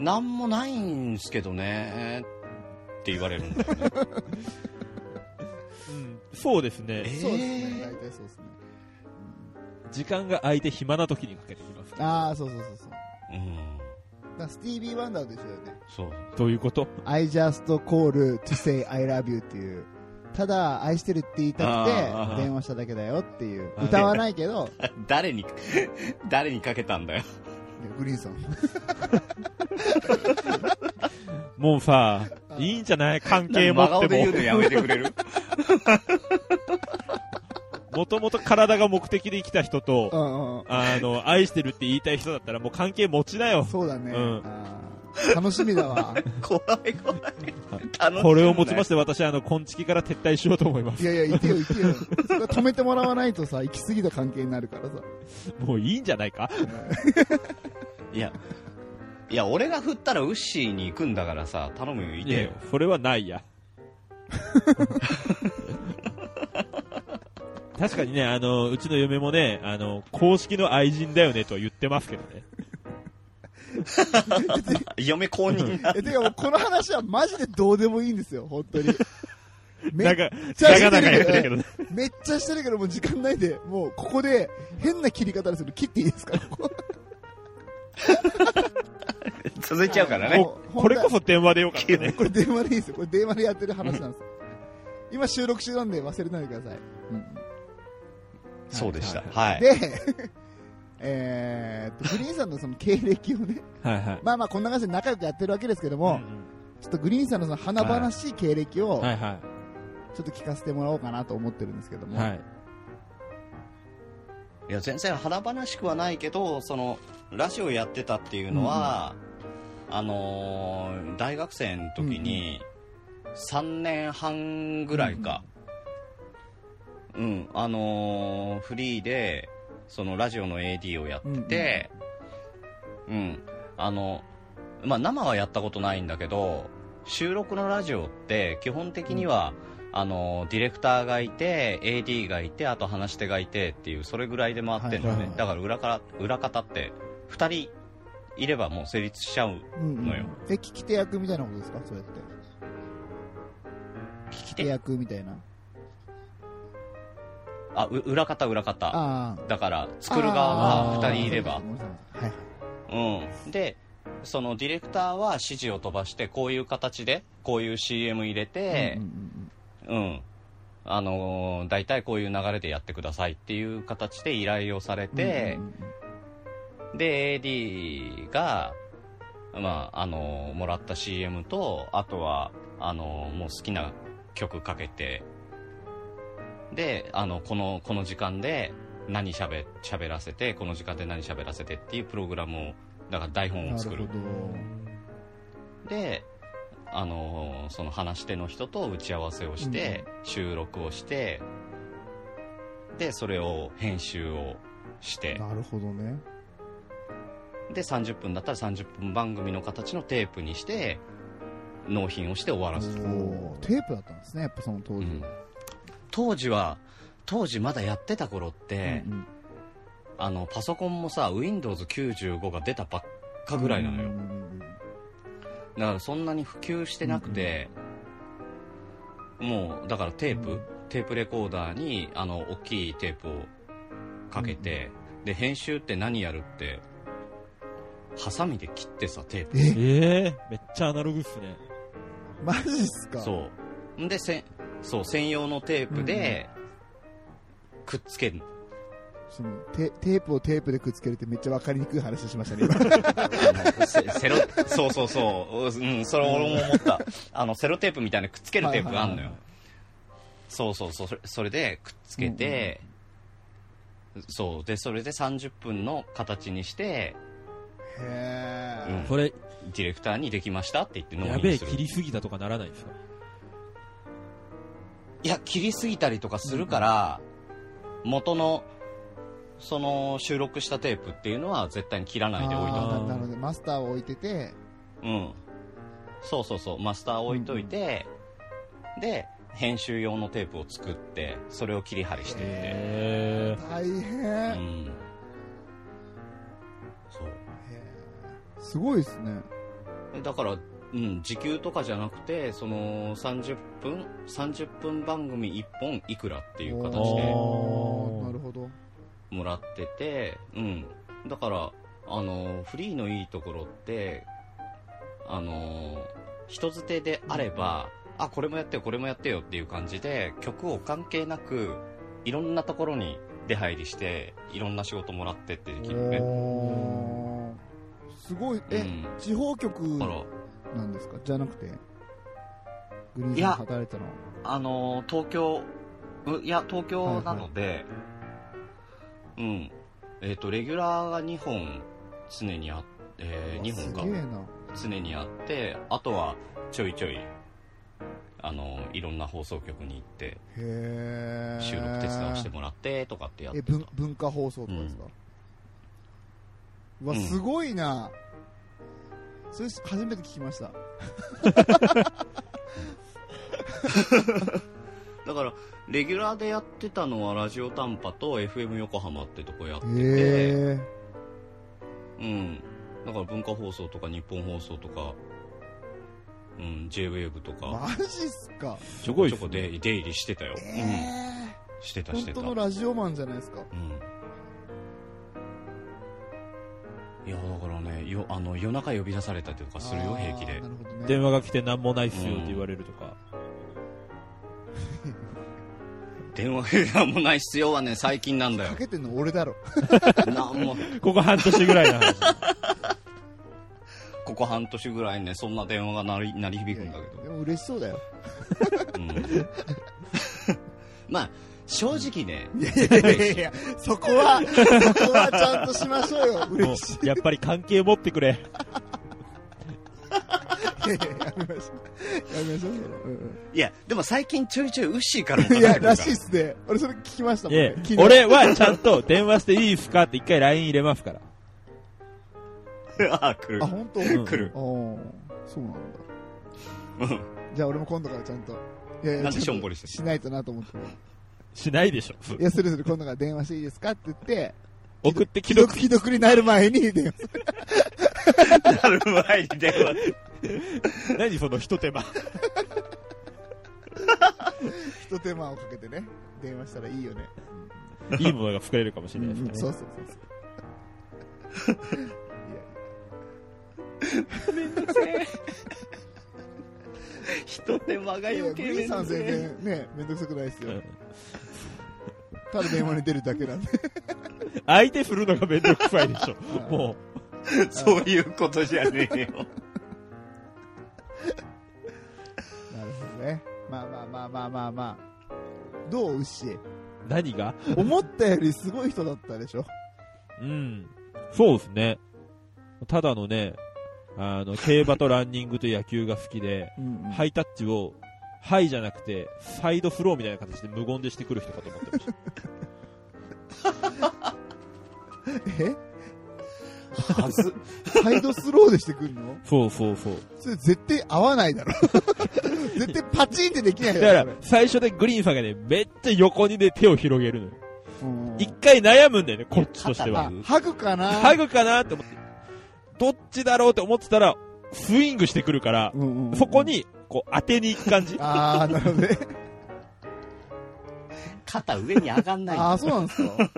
Speaker 3: なんもないんすけどね、って言われるん
Speaker 1: [LAUGHS]
Speaker 3: だよね。
Speaker 1: うんそうですね。
Speaker 3: え
Speaker 2: そうですね、大体そうですね。
Speaker 1: 時間が空いて暇な時にかけてきます。
Speaker 2: ああ、そうそうそうそう。
Speaker 3: うん。
Speaker 2: だからスティービー・ワンダーと一緒だよね。
Speaker 3: そう。
Speaker 1: どういうこと
Speaker 2: I just call to say I love you っていう。ただ、愛してるって言いたく
Speaker 3: あー
Speaker 2: て、電話しただけだよっていう
Speaker 1: あ。ー
Speaker 2: 歌わないけど、
Speaker 3: 誰に、誰にかけた
Speaker 1: [LAUGHS]
Speaker 3: んだよ。
Speaker 2: いやグリーンさん。
Speaker 1: もうさ、いいんじゃない関係持
Speaker 3: 真顔
Speaker 1: っ
Speaker 3: で言うの
Speaker 1: て
Speaker 3: やめてくれる
Speaker 1: も。もともと体が目的で生きた人
Speaker 2: う
Speaker 1: と、
Speaker 2: んうんうん。
Speaker 1: あの、愛してるって言いたい人だったらもう関係持ちなよ。
Speaker 2: そうだね。
Speaker 1: うん
Speaker 2: あー楽しみだわ。
Speaker 3: [LAUGHS] 怖い怖い。楽し
Speaker 1: [LAUGHS]
Speaker 3: い
Speaker 1: これを持ちまして私、あの、昆虫から撤退しようと思います。
Speaker 2: いやいや、いてよ、いてよ。それは止めてもらわないとさ、行き過ぎた関係になるから
Speaker 1: [LAUGHS]
Speaker 2: さ。
Speaker 1: もういいんじゃないか
Speaker 3: いや、いや、俺が振ったらウッシーに行くんだからさ、頼むよ、いてよ。
Speaker 1: それはないや。確かにね、あの、うちの嫁もね、あの、公式の愛人だよねとは言ってますけどね。
Speaker 3: 嫁公認だ。
Speaker 2: え、てかもうこの話はマジでどうでもいいんですよ、本当に。
Speaker 1: [LAUGHS]
Speaker 2: め
Speaker 1: な
Speaker 2: っ
Speaker 1: んか、
Speaker 2: ちゃ
Speaker 1: 長
Speaker 2: してる
Speaker 1: 々やってるけどね。
Speaker 2: めっちゃしてるけど、もう時間ないで、もうここで変な切り方でする切ってい
Speaker 1: [LAUGHS]
Speaker 2: いですかここ
Speaker 3: 続いちゃうからね。
Speaker 2: もう
Speaker 1: これこそ電話でよかったね。
Speaker 2: これ電話でいいですよ。これ電話でやってる話なんですよ。今収録中なんで忘れないでください。
Speaker 3: そうでした。
Speaker 1: はい
Speaker 3: はい。
Speaker 2: で、えーっと、グリーンさんのその経歴をね、
Speaker 1: はいはい。
Speaker 2: まあまあこんな感じで仲良くやってるわけですけども、ちょっとグリーンさんのその華々しい経歴を、
Speaker 1: はいは
Speaker 2: ちょっと聞かせてもらおうかなと思ってるんですけど
Speaker 1: い。
Speaker 2: も。
Speaker 1: はい。
Speaker 3: いや、全然華々しくはないけど、その、ラジオやってたっていうのは、あのー大学生の時に、3年半ぐらいか、うん、あのーフリーで、そのラジオの AD をやってて、うん、あの、まあ、生はやったことないんだけど、収録のラジオって基本的には、あのディレクターがいて AD がいてあと話し手がいてっていうそれぐらいで回ってる
Speaker 2: はい
Speaker 3: のね、
Speaker 2: はいはい
Speaker 3: だから裏から裏方って2人いればもう成立しちゃう
Speaker 2: うんうん
Speaker 3: のよ
Speaker 2: え、聞き手役みたいなことですかそれって。
Speaker 3: 聞き
Speaker 2: 手
Speaker 3: 手
Speaker 2: 役みたいな。
Speaker 3: あう裏方裏方
Speaker 2: ああ。
Speaker 3: だから作る側が2人いれば
Speaker 2: あーはいはい。
Speaker 3: うん、でそのディレクターは指示を飛ばしてこういう形でこういう CM 入れて
Speaker 2: うんうんうん
Speaker 3: うん、あのー大体こういう流れでやってくださいっていう形で依頼をされて
Speaker 2: うんうん、
Speaker 3: で AD が、まああのーもらった CM とあとはあのーもう好きな曲かけてであのこのこの時間で何しゃべらせてこの時間で何しゃべらせてっていうプログラムをだから台
Speaker 2: うん
Speaker 3: 本を作る
Speaker 2: なる
Speaker 3: で、あのーその話し手の人と打ち合わせをして、収録をしてでそれを編集をし
Speaker 2: ほ
Speaker 3: て
Speaker 2: ど。なるほどね。
Speaker 3: で30分だったら30分番組の形のテープにして納品をして終わらすと、
Speaker 2: おーテープだったんですね、やっぱその当
Speaker 3: う
Speaker 2: 時。
Speaker 3: ん当時は当時まだやってた頃って、
Speaker 2: うんうん
Speaker 3: あのパソコンもさ Windows95 が出たばっかぐらいなのよ、
Speaker 2: うんうんうんうん
Speaker 3: だからそんなに普及してなくて、もうだからテープ、
Speaker 2: うん
Speaker 3: テープレコーダーにあの大きいテープをかけて、で編集って何やるってハサミで切ってさテープ
Speaker 2: え、
Speaker 1: ええめっちゃアナログっすね。
Speaker 2: マジっすか
Speaker 3: そうでせんそう専用のテープでくっつける、
Speaker 2: そのテテープをテープでくっつけるってめっちゃわかりにくい話しましたね、今
Speaker 3: セ [LAUGHS] セロそうそうそう、うん、それ俺も思ったあのセロテープみたいなくっつけるテープがあ
Speaker 2: はい
Speaker 3: るのよ、
Speaker 2: はいはい
Speaker 3: そうそうそうそれそれでくっつけて、そうでそれで30分の形にして
Speaker 2: へ
Speaker 3: うん
Speaker 2: ー
Speaker 1: これ、
Speaker 3: ディレクターにできましたって言って納
Speaker 1: やべ
Speaker 3: 品
Speaker 1: え、
Speaker 3: する
Speaker 1: 切りすぎたとかならないですか
Speaker 3: いや切りすぎたりとかするから、元のその収録したテープっていうのは絶対に切らないで置いとく
Speaker 1: あ
Speaker 2: あーなのでマスターを置いてて、
Speaker 3: うん。そうそうそう、マスターを置いといて、で、編集用のテープを作って、それを切り張りしていて。
Speaker 1: え
Speaker 2: 大
Speaker 3: う
Speaker 2: 変、
Speaker 3: ん。そう。
Speaker 2: すごいですね。
Speaker 3: だから、うん、時給とかじゃなくて、その、30分、30分番組1本いくらっていう形で
Speaker 1: あ
Speaker 2: おー
Speaker 1: ー
Speaker 2: なるほど。
Speaker 3: もらってて、うん。だから、あの、フリーのいいところって、あの、人づてであれば、あ、これもやってよ、これもやってよっていう感じで、曲を関係なく、いろんなところに出入りして、いろんな仕事もらってってできるね。
Speaker 2: おーすごい、
Speaker 3: う
Speaker 2: え、
Speaker 3: ん。
Speaker 2: 地方局
Speaker 3: だから、
Speaker 2: なんですかじゃなくて、グリーン
Speaker 3: い
Speaker 2: さん
Speaker 3: や
Speaker 2: 働いてたのは。
Speaker 3: あの、東京、ういや、東京なので、うん。えっ、と、レギュラーが2本常にあって、え2本か。
Speaker 2: すげえな。
Speaker 3: 常にあってあとはちょいちょいあのいろんな放送局に行って
Speaker 2: へー
Speaker 3: 収録手伝わしてもらってとかってやっ
Speaker 2: え
Speaker 3: てた
Speaker 2: 文文化放送とかですか、うわ
Speaker 3: うん
Speaker 2: すごいな、それ初めて聞きました
Speaker 3: だからレギュラーでやってたのはラジオ短波と FM 横浜ってとこやってて、
Speaker 2: へ
Speaker 3: うんだから文化放送とか日本放送とか、うん、JWAVE と
Speaker 2: え
Speaker 3: か
Speaker 2: マジっすか
Speaker 1: すごいっ
Speaker 3: ちょ
Speaker 1: す
Speaker 3: こ
Speaker 1: ね。
Speaker 3: で出入りしてたよ、
Speaker 2: ええ
Speaker 3: うん、してたして
Speaker 2: 本
Speaker 3: た
Speaker 2: 当のラジオマンじゃないですか
Speaker 3: うんいやだからねよあの夜中呼び出されたりとかするよ
Speaker 2: あー
Speaker 3: 平気で
Speaker 2: なるほどね
Speaker 1: 電話が来て何もないっすよって言われるとか。
Speaker 3: 電話がもうない必要はね最近なんだよ
Speaker 2: かけてんの俺だろ
Speaker 3: なんも
Speaker 1: ここ半年ぐらいの話。
Speaker 3: ここ半年ぐらいねそんな電話が鳴り鳴り響くんだ
Speaker 2: でも嬉しそうだよ
Speaker 3: けど、うんまあ正直ね
Speaker 2: いやいやいやいやそこはそこはちゃんとしましょう
Speaker 1: も
Speaker 2: よ嬉し
Speaker 3: [LAUGHS]
Speaker 2: いう
Speaker 1: やっぱり関係持ってくれ。
Speaker 2: いやいややめましょうやめましょうそれうん
Speaker 3: いやでも最近ちょいちょいウッシーからも
Speaker 2: うんいやらしいっ
Speaker 3: い
Speaker 2: すね俺それ聞きましたもんね
Speaker 1: え
Speaker 2: 昨
Speaker 1: え
Speaker 2: 日
Speaker 1: 俺はちゃんと電話していいっすかって一回 LINE 入れますから。
Speaker 3: あ来る
Speaker 2: あ本当
Speaker 1: ん
Speaker 3: 来る
Speaker 2: ああそうなんだ
Speaker 3: うん
Speaker 2: じゃあ俺も今度からちゃんと。いやい
Speaker 3: な
Speaker 2: や、
Speaker 3: ん
Speaker 2: ち
Speaker 3: でし
Speaker 2: ょ
Speaker 3: ょ
Speaker 2: っ
Speaker 3: ん
Speaker 2: と
Speaker 3: ぼりして
Speaker 2: しないとなと思って。
Speaker 1: しないでしょ。
Speaker 2: いや、するする今度から電話していいですかって言って、
Speaker 1: 送って
Speaker 2: 既
Speaker 1: 既
Speaker 2: 読
Speaker 1: 読、
Speaker 2: 既読になる前に電話する。
Speaker 3: なる前に電話。
Speaker 1: 何その一
Speaker 3: [LAUGHS]
Speaker 1: 手間。
Speaker 2: 一手間をかけてね、電話したらいいよね。
Speaker 1: いいものが作れるかもしれないですからね。
Speaker 2: そうそうそうそう。いや
Speaker 3: 人手間が
Speaker 2: いや
Speaker 3: 余
Speaker 2: グ
Speaker 3: 計
Speaker 2: リーン
Speaker 3: めんど
Speaker 2: さん
Speaker 3: くせ
Speaker 2: 全
Speaker 3: え。
Speaker 2: 然ね、めんどくさくないです
Speaker 1: う
Speaker 2: よ
Speaker 1: ん。
Speaker 2: ただ電話に出るだけなんで。
Speaker 1: 相手振るのがめんどくさいでし
Speaker 3: [LAUGHS]
Speaker 1: ょ
Speaker 2: う。ん
Speaker 1: も
Speaker 3: そういうことじゃねえ
Speaker 2: な
Speaker 3: よ。
Speaker 2: るほどね。まあまあまあまあまあまあ。どう牛
Speaker 1: う、何が
Speaker 2: 思ったよりすごい人だったでしょ。
Speaker 1: うん。そうですね。ただのね、あの、競馬とランニングと野球が好きで、
Speaker 2: うん
Speaker 1: ハイタッチを、ハイじゃなくて、サイドフローみたいな形で無言でしてくる人かと思ってました。
Speaker 2: え
Speaker 3: はず。
Speaker 2: サイドスローでしてくるの
Speaker 1: そうそうそう。
Speaker 2: それ絶対合わないだろ。 [LAUGHS] 絶対パチンってできない
Speaker 1: だ
Speaker 2: だろ。
Speaker 1: から、最初でグリーンさんがね、めっちゃ横にね、手を広げるのよ。
Speaker 2: それうん
Speaker 1: 一回悩むんだよね、こっちとして
Speaker 2: あ
Speaker 1: は。
Speaker 2: ハグかな
Speaker 1: ハグかなって思って、どっちだろうって思ってたら、スイングしてくるから、
Speaker 2: うんうんうん
Speaker 1: そこ。に、こう、当てに行く感じ。
Speaker 2: ああ、なるほどね。
Speaker 3: 肩上に上がんない。
Speaker 2: ああ、そうなんですか。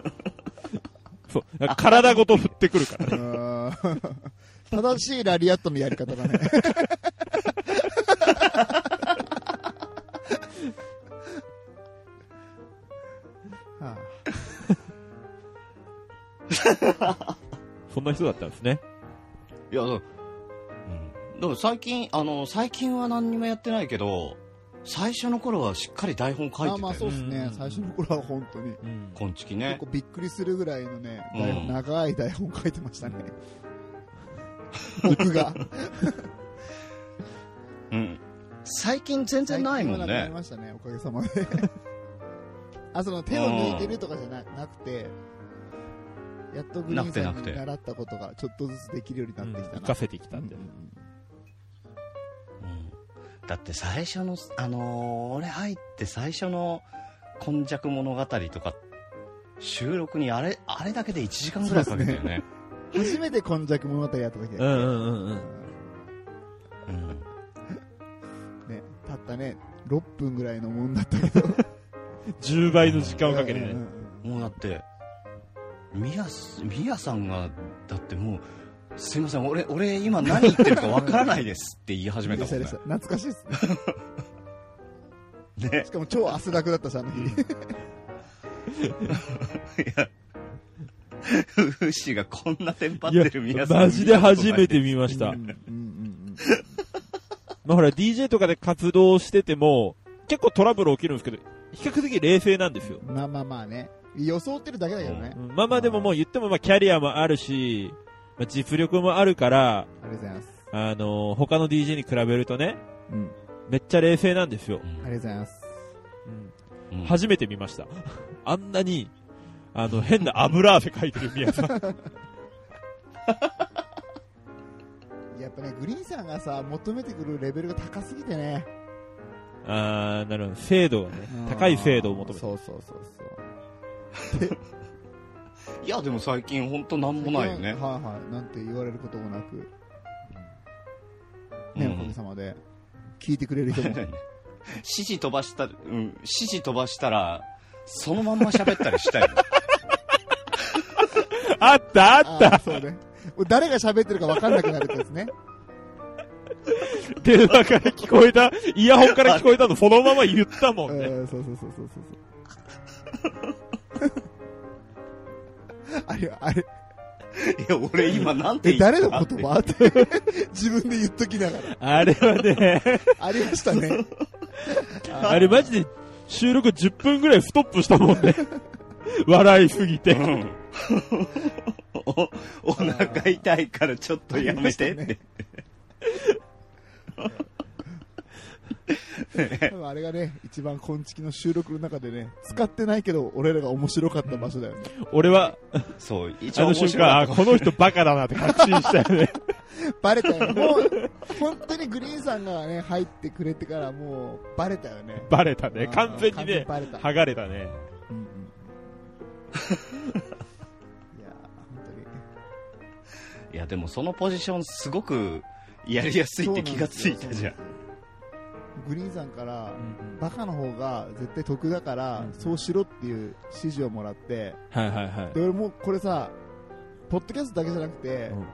Speaker 1: そう。なんか体ごと振ってくるからね。
Speaker 2: うーん正しいラリアットのやり方だね。 [LAUGHS] は
Speaker 1: そんな人だったんですね。
Speaker 3: いや、だからうん、だから最近、あの、最近は何にもやってないけど、最初の頃はしっかり台本書
Speaker 2: あ、
Speaker 3: い
Speaker 2: まあ
Speaker 3: てた
Speaker 2: まあ
Speaker 3: よね。
Speaker 2: そうです
Speaker 1: うんうんうん。
Speaker 2: ね最初の頃は本当に。
Speaker 1: うん。
Speaker 3: こんちき
Speaker 2: 結
Speaker 3: ね
Speaker 2: 構。びっくりするぐらいのね、
Speaker 3: うん
Speaker 2: 台本長い台本書いてましたね。 [LAUGHS] 僕が。
Speaker 3: うん。最近全然ないもん
Speaker 2: 最近はなくなり
Speaker 3: ね。
Speaker 2: ましたね、おかげさまで。 [LAUGHS] あ、その手を抜いてるとかじゃななくて、やっとグリーンさ
Speaker 3: なんくてなくて
Speaker 2: に習ったことがちょっとずつできるようになってきた
Speaker 1: 行
Speaker 2: な
Speaker 1: か。せてきた
Speaker 2: うんん
Speaker 1: で。
Speaker 3: うんだって最初の、あのー俺入って最初の、こんじゃく物語とか、収録にあれ、あれだけで1時間ぐらいかけたよね。
Speaker 2: 初めてこんじゃく物語やった時だっけ
Speaker 1: うんうんうんうん。
Speaker 3: うん。
Speaker 2: ね、たったね、6分ぐらいのもんだったけど。
Speaker 1: 10倍の時間をかけて
Speaker 2: うんうん
Speaker 1: ね。
Speaker 3: もうだって、みやす、みやさんが、だってもう、すいません、俺、俺今何言ってるかわからないですって言い始
Speaker 2: うん
Speaker 3: め
Speaker 2: で
Speaker 3: た
Speaker 2: し
Speaker 3: も
Speaker 2: た
Speaker 3: ん
Speaker 2: で
Speaker 3: ね
Speaker 2: し。た懐かしいっすね。
Speaker 3: ね
Speaker 2: しかも超汗だくだったし、あの日。
Speaker 3: [LAUGHS] フーシーがこんなテンパっ
Speaker 1: い
Speaker 3: てるみ
Speaker 1: や
Speaker 3: や、さん。
Speaker 1: マジで初め。て見ました
Speaker 2: うん。うんうん
Speaker 1: まあほら、DJ とかで活動してても、結構トラブル起きるんですけど、比較的冷静なんですよ。
Speaker 2: うんまあまあまあね。予想ってるだけだけどね
Speaker 1: う。んまあまあでももう言っても、まあキャリアもあるし、まあ実力もあるから、
Speaker 2: ありがとうございます。
Speaker 1: あのー他の DJ に比べるとね、
Speaker 2: うん。
Speaker 1: めっちゃ冷静なんですよ。
Speaker 2: ありがとうございます。
Speaker 3: うん
Speaker 1: 初めて見ました。あんなに、あの、変な油汗かいてる宮さん。 [LAUGHS]
Speaker 2: やっぱね、グリーンさんがさ、求めてくるレベルが高すぎてね。
Speaker 1: あー、なるほど。精度がね、高い精度を求めて。
Speaker 2: そうそうそうそう。
Speaker 3: いや、でも最近ほんとなんもないよね。
Speaker 2: はいはい。なんて言われることもなく。ね、
Speaker 3: うん
Speaker 2: おかげさまで。聞いてくれる人も。
Speaker 3: [LAUGHS] 指示飛ばした、うん、指示飛ばしたら、そのまんま喋った
Speaker 2: [LAUGHS]
Speaker 3: りしたよ。
Speaker 1: あったあった
Speaker 2: あーそうね。誰が喋ってるか分かんなくなるってですね。
Speaker 1: 電話から聞こえた、イヤホンから聞こえたのそのまま言ったも
Speaker 2: うん
Speaker 1: ね。
Speaker 2: ん、そうそうそうそうそうそう。あれ、あれ、
Speaker 3: いや、俺今なんて
Speaker 2: え、
Speaker 3: 言った
Speaker 2: 誰の言葉って。自分で言っときながら。
Speaker 1: あれはね、
Speaker 2: ありました
Speaker 3: [LAUGHS]
Speaker 2: ね。
Speaker 1: あれマジで収録10分ぐらいストップしたもんね。笑いすぎて。
Speaker 3: うん。 [LAUGHS] お、お腹痛いからちょっとやめてって。
Speaker 2: 多分あれがね、一番今月の収録の中でね、使ってないけど、俺らが面白かった場所だよね。
Speaker 1: 俺は、
Speaker 3: そう、一
Speaker 1: あ
Speaker 3: 応
Speaker 1: の
Speaker 3: 面
Speaker 1: 瞬
Speaker 3: 白か
Speaker 1: 間、
Speaker 3: っ
Speaker 1: あ
Speaker 3: た
Speaker 1: この人バカだなって確信したよね。
Speaker 3: [LAUGHS]
Speaker 2: バレたよ。もう、本当にグリーンさんがね、入ってくれてからもう、バレたよね。
Speaker 1: バレたね。
Speaker 2: あー
Speaker 1: 完全にね、
Speaker 2: バレた。
Speaker 1: 剥がれたね。
Speaker 3: [LAUGHS]
Speaker 2: うんうんいやー本当に。
Speaker 3: いやでもそのポジションすごくやりやすいって気がつい
Speaker 2: そうなん
Speaker 3: たじゃん
Speaker 2: ですよ。グリーンさんから、バカの方が絶対得だから、
Speaker 1: うん
Speaker 2: そうしろっていう指示をもらって、
Speaker 1: はいはいはい
Speaker 2: で、。俺もうこれさ、ポッドキャストだけじゃなくて、
Speaker 1: うん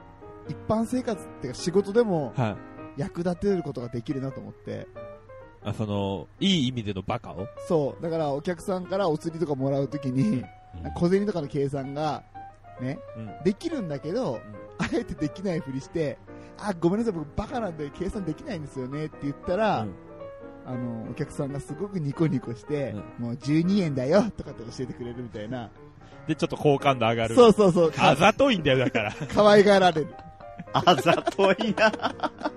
Speaker 2: 一般生活っていうか仕事でも
Speaker 1: はい。
Speaker 2: 役立てることができるなと思って、
Speaker 1: あ、その、いい意味でのバカを
Speaker 2: そう、だからお客さんからお釣りとかもらうときに、小銭とかの計算が、ね、
Speaker 1: うん。
Speaker 2: できるんだけど、あえてできないふりして、あ、ごめんなさい、僕バカなんで計算できないんですよねって言ったら、
Speaker 1: うん
Speaker 2: あの、お客さんがすごくニコニコして、
Speaker 1: うん
Speaker 2: もう12円だよとかって教えてくれるみたいな。
Speaker 1: で、ちょっと好感度上がる。
Speaker 2: そうそうそう、
Speaker 1: あ
Speaker 2: か
Speaker 1: ざといんだよ、だから。
Speaker 2: 可愛がられる。
Speaker 3: あざといな
Speaker 2: は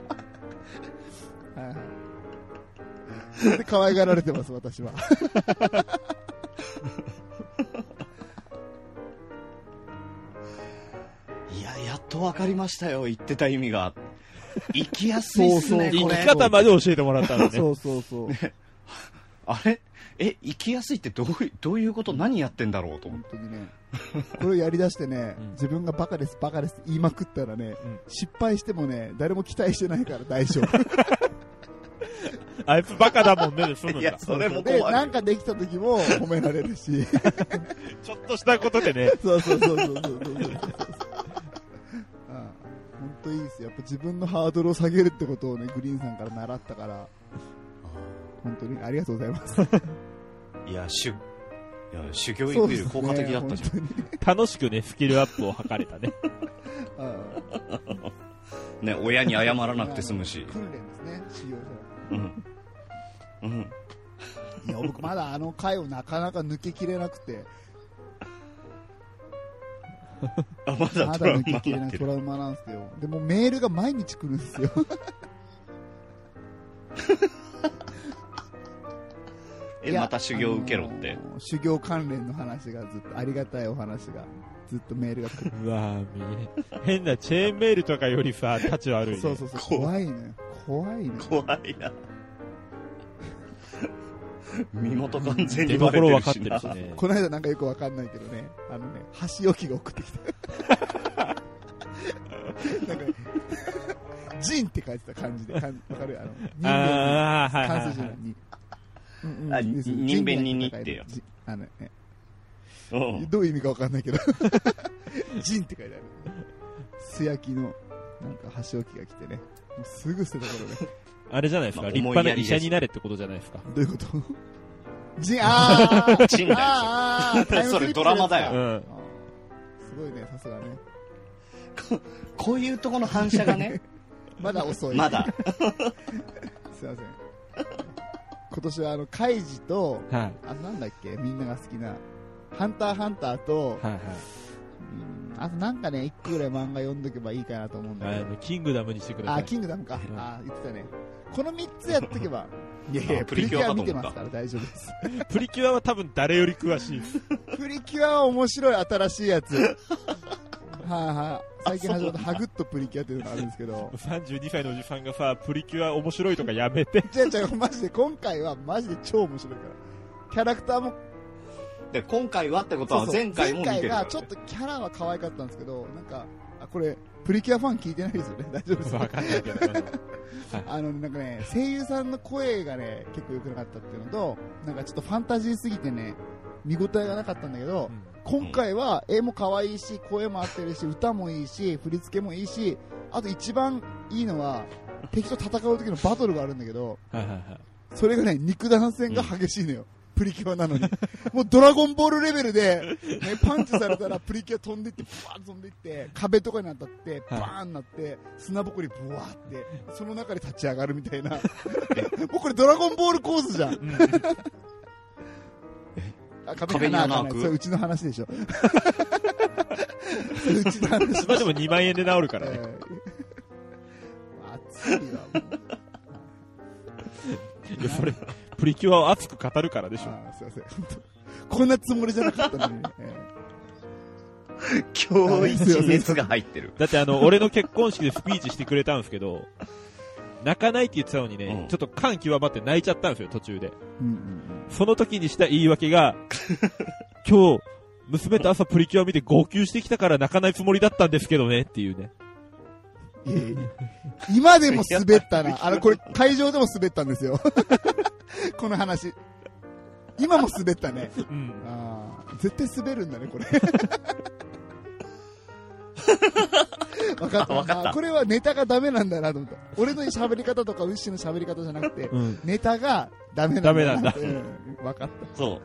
Speaker 2: いで [LAUGHS] 可愛がられてます、私は。
Speaker 3: いややっと分かりましたよ言ってた意味が行きやすいっすね
Speaker 2: そうそう
Speaker 3: こ
Speaker 1: 生
Speaker 3: れ
Speaker 1: き方まで教えてもらったのね。
Speaker 2: そうそうそう。
Speaker 3: あれえ行きやすいってどういうどういうこと何やってんだろうと思っ
Speaker 2: 本
Speaker 3: て
Speaker 2: 当にね。これをやり出してね、
Speaker 1: うん
Speaker 2: 自分がバカです、バカですって言いまくったらね、
Speaker 1: ん
Speaker 2: 失敗してもね、誰も期待してないから大丈夫。
Speaker 1: あいつバカだもんね、で済むん
Speaker 3: い
Speaker 1: だ
Speaker 3: や。それも
Speaker 2: で、な
Speaker 3: 怖
Speaker 2: ん
Speaker 3: い
Speaker 2: かできた時も褒められるし。
Speaker 1: ちょっとしたことでね。
Speaker 2: そうそうそうそうそうそうそうそう。ああ本当いいですよ。やっぱ自分のハードルを下げるってことをね、グリーンさんから習ったから、本当にありがとうございます。
Speaker 3: いやしゅいや修行育より効果的だったじゃん、
Speaker 2: そうですね
Speaker 1: 楽しくね、スキルアップを図れたね。
Speaker 2: 本当にああ
Speaker 3: ね親に謝らなくて済むし、
Speaker 2: 訓練ですね、修行者。
Speaker 3: うんうん、
Speaker 2: いや、僕まだあの回をなかなか抜けきれなくて、
Speaker 3: あま [LAUGHS] だ
Speaker 2: ま
Speaker 3: ト
Speaker 2: だ
Speaker 3: ラウ
Speaker 2: 抜
Speaker 3: マに
Speaker 2: けきれ
Speaker 3: な
Speaker 2: な
Speaker 3: っ
Speaker 2: い
Speaker 3: て
Speaker 2: ト
Speaker 3: る
Speaker 2: ラウマなんですよ。でもメールが毎日来るんですよ。い
Speaker 3: え
Speaker 2: や
Speaker 3: [LAUGHS] また修行受けろって、
Speaker 2: あのー修行関連の話がずっと、ありがたいお話が、ずっとメールが来る。
Speaker 1: [LAUGHS] うわぁ、見え変なチェーンメールとかよりさ、立ち
Speaker 3: [LAUGHS]
Speaker 1: 悪い、ね。
Speaker 2: そうそうそう。怖
Speaker 3: 怖
Speaker 2: いね。怖いね。
Speaker 3: 怖いな身元完全に
Speaker 1: 出
Speaker 3: バ
Speaker 1: 所
Speaker 3: レてる
Speaker 1: 分かっ
Speaker 3: して
Speaker 1: る
Speaker 3: な
Speaker 1: しね。
Speaker 2: この間なんかよくわかんないけどね、あのね、箸置きが送ってきた。
Speaker 3: [LAUGHS]
Speaker 2: なんか、ジンって書いてた感じで、かんわかるあの、人間
Speaker 1: ああ、
Speaker 2: に、
Speaker 1: はいはい
Speaker 2: 関
Speaker 1: は
Speaker 2: 数字の
Speaker 1: い。
Speaker 2: 2。うん
Speaker 3: あ
Speaker 2: です
Speaker 3: 人間ににってよ
Speaker 2: ジンあのね、
Speaker 3: うん
Speaker 2: どういう意味かわかんないけど、 [LAUGHS] ジンって書いてある。素焼きの、なんか箸置きが来てね、もうすぐ捨てた頃ね、
Speaker 1: あれじゃないです
Speaker 3: ま
Speaker 1: か。
Speaker 3: あ
Speaker 1: 立派な
Speaker 3: 思いやり
Speaker 1: 医
Speaker 3: です
Speaker 1: 者になれってことじゃないですか。
Speaker 2: どういうこと [LAUGHS] ジン、あー
Speaker 3: チンだよ
Speaker 2: あーあータイムスリップ
Speaker 3: それドラマだよ
Speaker 2: あ
Speaker 1: う
Speaker 2: ー
Speaker 1: ん。
Speaker 2: すごいね、さすがね。
Speaker 3: ここういうとこの反射がね
Speaker 2: まだ遅い。
Speaker 3: [LAUGHS] まだ
Speaker 2: すいません。今年はあの、カイジと、
Speaker 1: はい。
Speaker 2: あ、なんだっけ、みんなが好きな、ハンターハンターと、
Speaker 1: はいはい。
Speaker 2: うんあとなんかね、一個ぐらい漫画読んどけばいいかなと思うんだけ
Speaker 1: あ
Speaker 2: ど。
Speaker 1: の、キングダムにしてくださ
Speaker 2: あ、
Speaker 1: い。
Speaker 2: キングダムか。
Speaker 1: うん
Speaker 2: あ、言ってたね。この三つやっと
Speaker 3: [LAUGHS]
Speaker 2: けば。いやい
Speaker 3: あ
Speaker 2: や、プ
Speaker 3: プ
Speaker 2: リ
Speaker 3: リ
Speaker 2: キュ
Speaker 3: キュ
Speaker 2: ア
Speaker 3: ア
Speaker 2: 見て
Speaker 3: 見て
Speaker 2: ま
Speaker 3: ますす
Speaker 2: か
Speaker 3: から
Speaker 2: 大丈夫です。
Speaker 1: プリキュアは多分誰より詳しい [LAUGHS] です。
Speaker 2: プリキュアは面白い新しいやつ。 [LAUGHS] はいはい。最近始まったハグッとプリキュアっていうのがあるんですけど。
Speaker 1: 32歳のおじさんがさ、プリキュア面白いとかやめ [LAUGHS] て。
Speaker 2: じゃあじゃあマジで今回はマジで超面白いから。キャラクターも
Speaker 3: で今回はってこ
Speaker 2: そ
Speaker 3: と
Speaker 2: うそ
Speaker 3: は
Speaker 2: う
Speaker 3: 前回も見て
Speaker 2: 前
Speaker 3: る
Speaker 2: 回がちょっとキャラは可愛かったんですけど、なんか、あ、これ、プリキュアファン聞いてないですよね。大丈夫です
Speaker 1: わ
Speaker 2: か
Speaker 1: かんないけど。
Speaker 2: あの、なんかね、声優さんの声がね、結構良くなかったっていうのと、なんかちょっとファンタジーすぎてね、見応えがなかったんだけど、今回は絵も可愛いし、声も合ってるし、歌もいいし、振り付けもいいし、あと一番いいのは、敵と戦う時のバトルがあるんだけど、
Speaker 1: はいはいはい。
Speaker 2: それがね、肉弾戦が激しいのよ。プリキュアなのに。 [LAUGHS] もうドラゴンボールレベルで、ね、パンチされ [LAUGHS] たらプリキュア飛んでいって、ブワーッと飛んでいって、壁とかに当たって、バーンなって、砂ぼこりブワーって、その中で立ち上がるみたいな。も [LAUGHS] うこれドラゴンボールコースじゃん。 [LAUGHS] あ壁に穴開か
Speaker 3: 壁に穴
Speaker 2: な
Speaker 3: 開
Speaker 2: い。
Speaker 3: く
Speaker 2: それうちの話でしょ。それうちの話
Speaker 1: まあでも2万円で治るからね。
Speaker 2: [LAUGHS] えー暑いわ、もう。
Speaker 1: いやそれ、プリキュアを熱く語るからでしょ。
Speaker 2: あーすいません本当。こんなつもりじゃなかったのに、ね。え
Speaker 3: 今日一熱が入ってる
Speaker 1: だってあの、俺の結婚式でスピーチしてくれたんですけど、泣かないって言ってたのにね、
Speaker 3: うん
Speaker 1: ちょっと感極まって泣いちゃったんですよ、途中で。
Speaker 2: うんうん
Speaker 1: その時にした言い訳が、 [LAUGHS] 今日、娘と朝プリキュア見て号泣してきたから泣かないつもりだったんですけどねっていうね。
Speaker 2: うんいえいえ [LAUGHS] 今でも滑ったな。あの、これ会場でも滑ったんですよ。 [LAUGHS] この話。今も滑ったね。
Speaker 1: うん。
Speaker 2: ああ、絶対滑るんだ
Speaker 3: [LAUGHS]
Speaker 2: ね、これ。分かった。
Speaker 3: わかった
Speaker 2: あこれはネタがダメなんだなと思った。俺の喋り方とか、ウッシーの喋り方じゃなくて、
Speaker 1: うん。
Speaker 2: ネタがダメなんだな。
Speaker 1: ダメなんだ
Speaker 2: うん分かった。
Speaker 3: そう。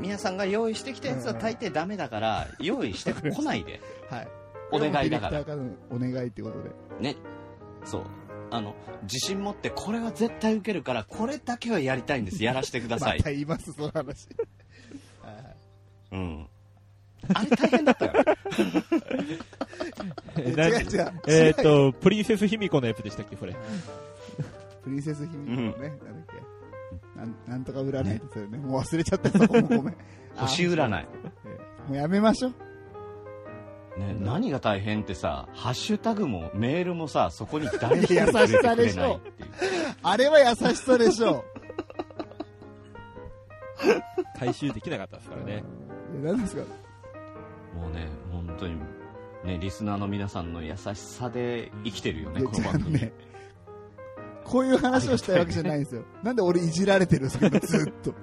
Speaker 3: 皆さんが用意してきたやつは大抵ダメだから、用意してこないで。
Speaker 2: はい。
Speaker 3: お願いだか
Speaker 2: ディレ
Speaker 3: ら
Speaker 2: ク。ターからのお願いってことで。
Speaker 3: ね。そう。あの、自信持って、これは絶対受けるから、これだけはやりたいんです。やらせてくださ
Speaker 2: ま
Speaker 3: い。
Speaker 2: た言います、その話。はいはい
Speaker 3: うん。あれ大変だったよね。
Speaker 1: え
Speaker 2: 違う違う違う
Speaker 1: えーっと、プリンセス卑弥呼のやつでしたっけ、それ。
Speaker 2: プリンセス姫のね、なんだっけ。なんなんとか占いですよね。もう忘れちゃったよ、そこもご
Speaker 3: [LAUGHS]
Speaker 2: めん。
Speaker 3: 星占い。
Speaker 2: ええもうやめましょう。
Speaker 3: ね、何が大変ってさ、ハッシュタグもメールもさ、そこに誰
Speaker 2: 優
Speaker 3: も
Speaker 2: し
Speaker 3: 触れて
Speaker 2: さ
Speaker 3: く
Speaker 2: で
Speaker 3: れ
Speaker 2: し
Speaker 3: ないっ
Speaker 2: ょ
Speaker 3: ていう。
Speaker 2: あれは優しさでしょ
Speaker 1: 回収できなかったですか
Speaker 2: う。
Speaker 1: らね。
Speaker 2: いや。何ですか
Speaker 3: もうね、本当に、ね、リスナーの皆さんの優しさで生きてるよね、
Speaker 2: いや
Speaker 3: この
Speaker 2: 違う
Speaker 3: 番
Speaker 2: の
Speaker 3: 組。
Speaker 2: ね。こういう話をしたいわけじゃないんですよ。なんで俺いじられてるんですか、ずっと。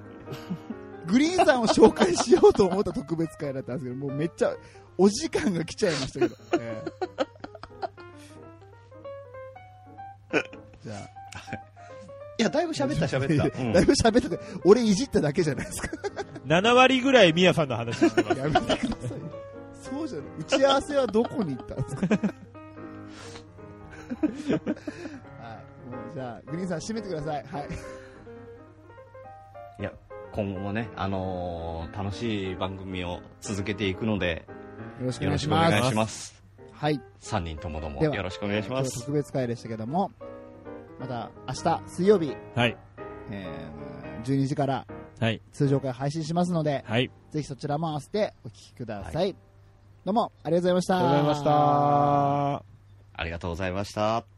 Speaker 2: グリーンさんを紹介しようと思った特別会だったんですけど、もうめっちゃ、お時間が来ちゃいましたけど。ええ
Speaker 3: [LAUGHS]
Speaker 2: じゃあ。
Speaker 3: いや、だいぶ喋った、
Speaker 2: [LAUGHS]
Speaker 3: 喋った。 [LAUGHS] うん
Speaker 2: だいぶ喋ったけど俺いじっただけじゃないですか。
Speaker 1: 7割ぐらいミヤさんの話してます。
Speaker 2: やめてくださいよ。そうじゃない。打ち合わせはどこに行ったんですかはい。もうじゃあ、グリーンさん締めてください。はい。
Speaker 3: いや、今後もね、あのー楽しい番組を続けていくので、
Speaker 2: よろしくお
Speaker 3: よ
Speaker 2: 願
Speaker 3: ろ
Speaker 2: い
Speaker 3: し
Speaker 2: し
Speaker 3: くお願
Speaker 2: ま
Speaker 3: い
Speaker 2: す。
Speaker 3: します。
Speaker 2: はい。
Speaker 3: 3人ともども、
Speaker 2: では
Speaker 3: よろしくお願いしま
Speaker 2: 今日
Speaker 3: す。
Speaker 2: 特別会でしたけども、また明日水曜日、
Speaker 1: はい。
Speaker 2: えー12時から
Speaker 1: はい。
Speaker 2: 通常会配信しますので、
Speaker 1: はい。
Speaker 2: ぜひそちらも合わせてお聞きください。どうもありがとうございました。
Speaker 1: ありがとうございました。
Speaker 3: ありがとうございました。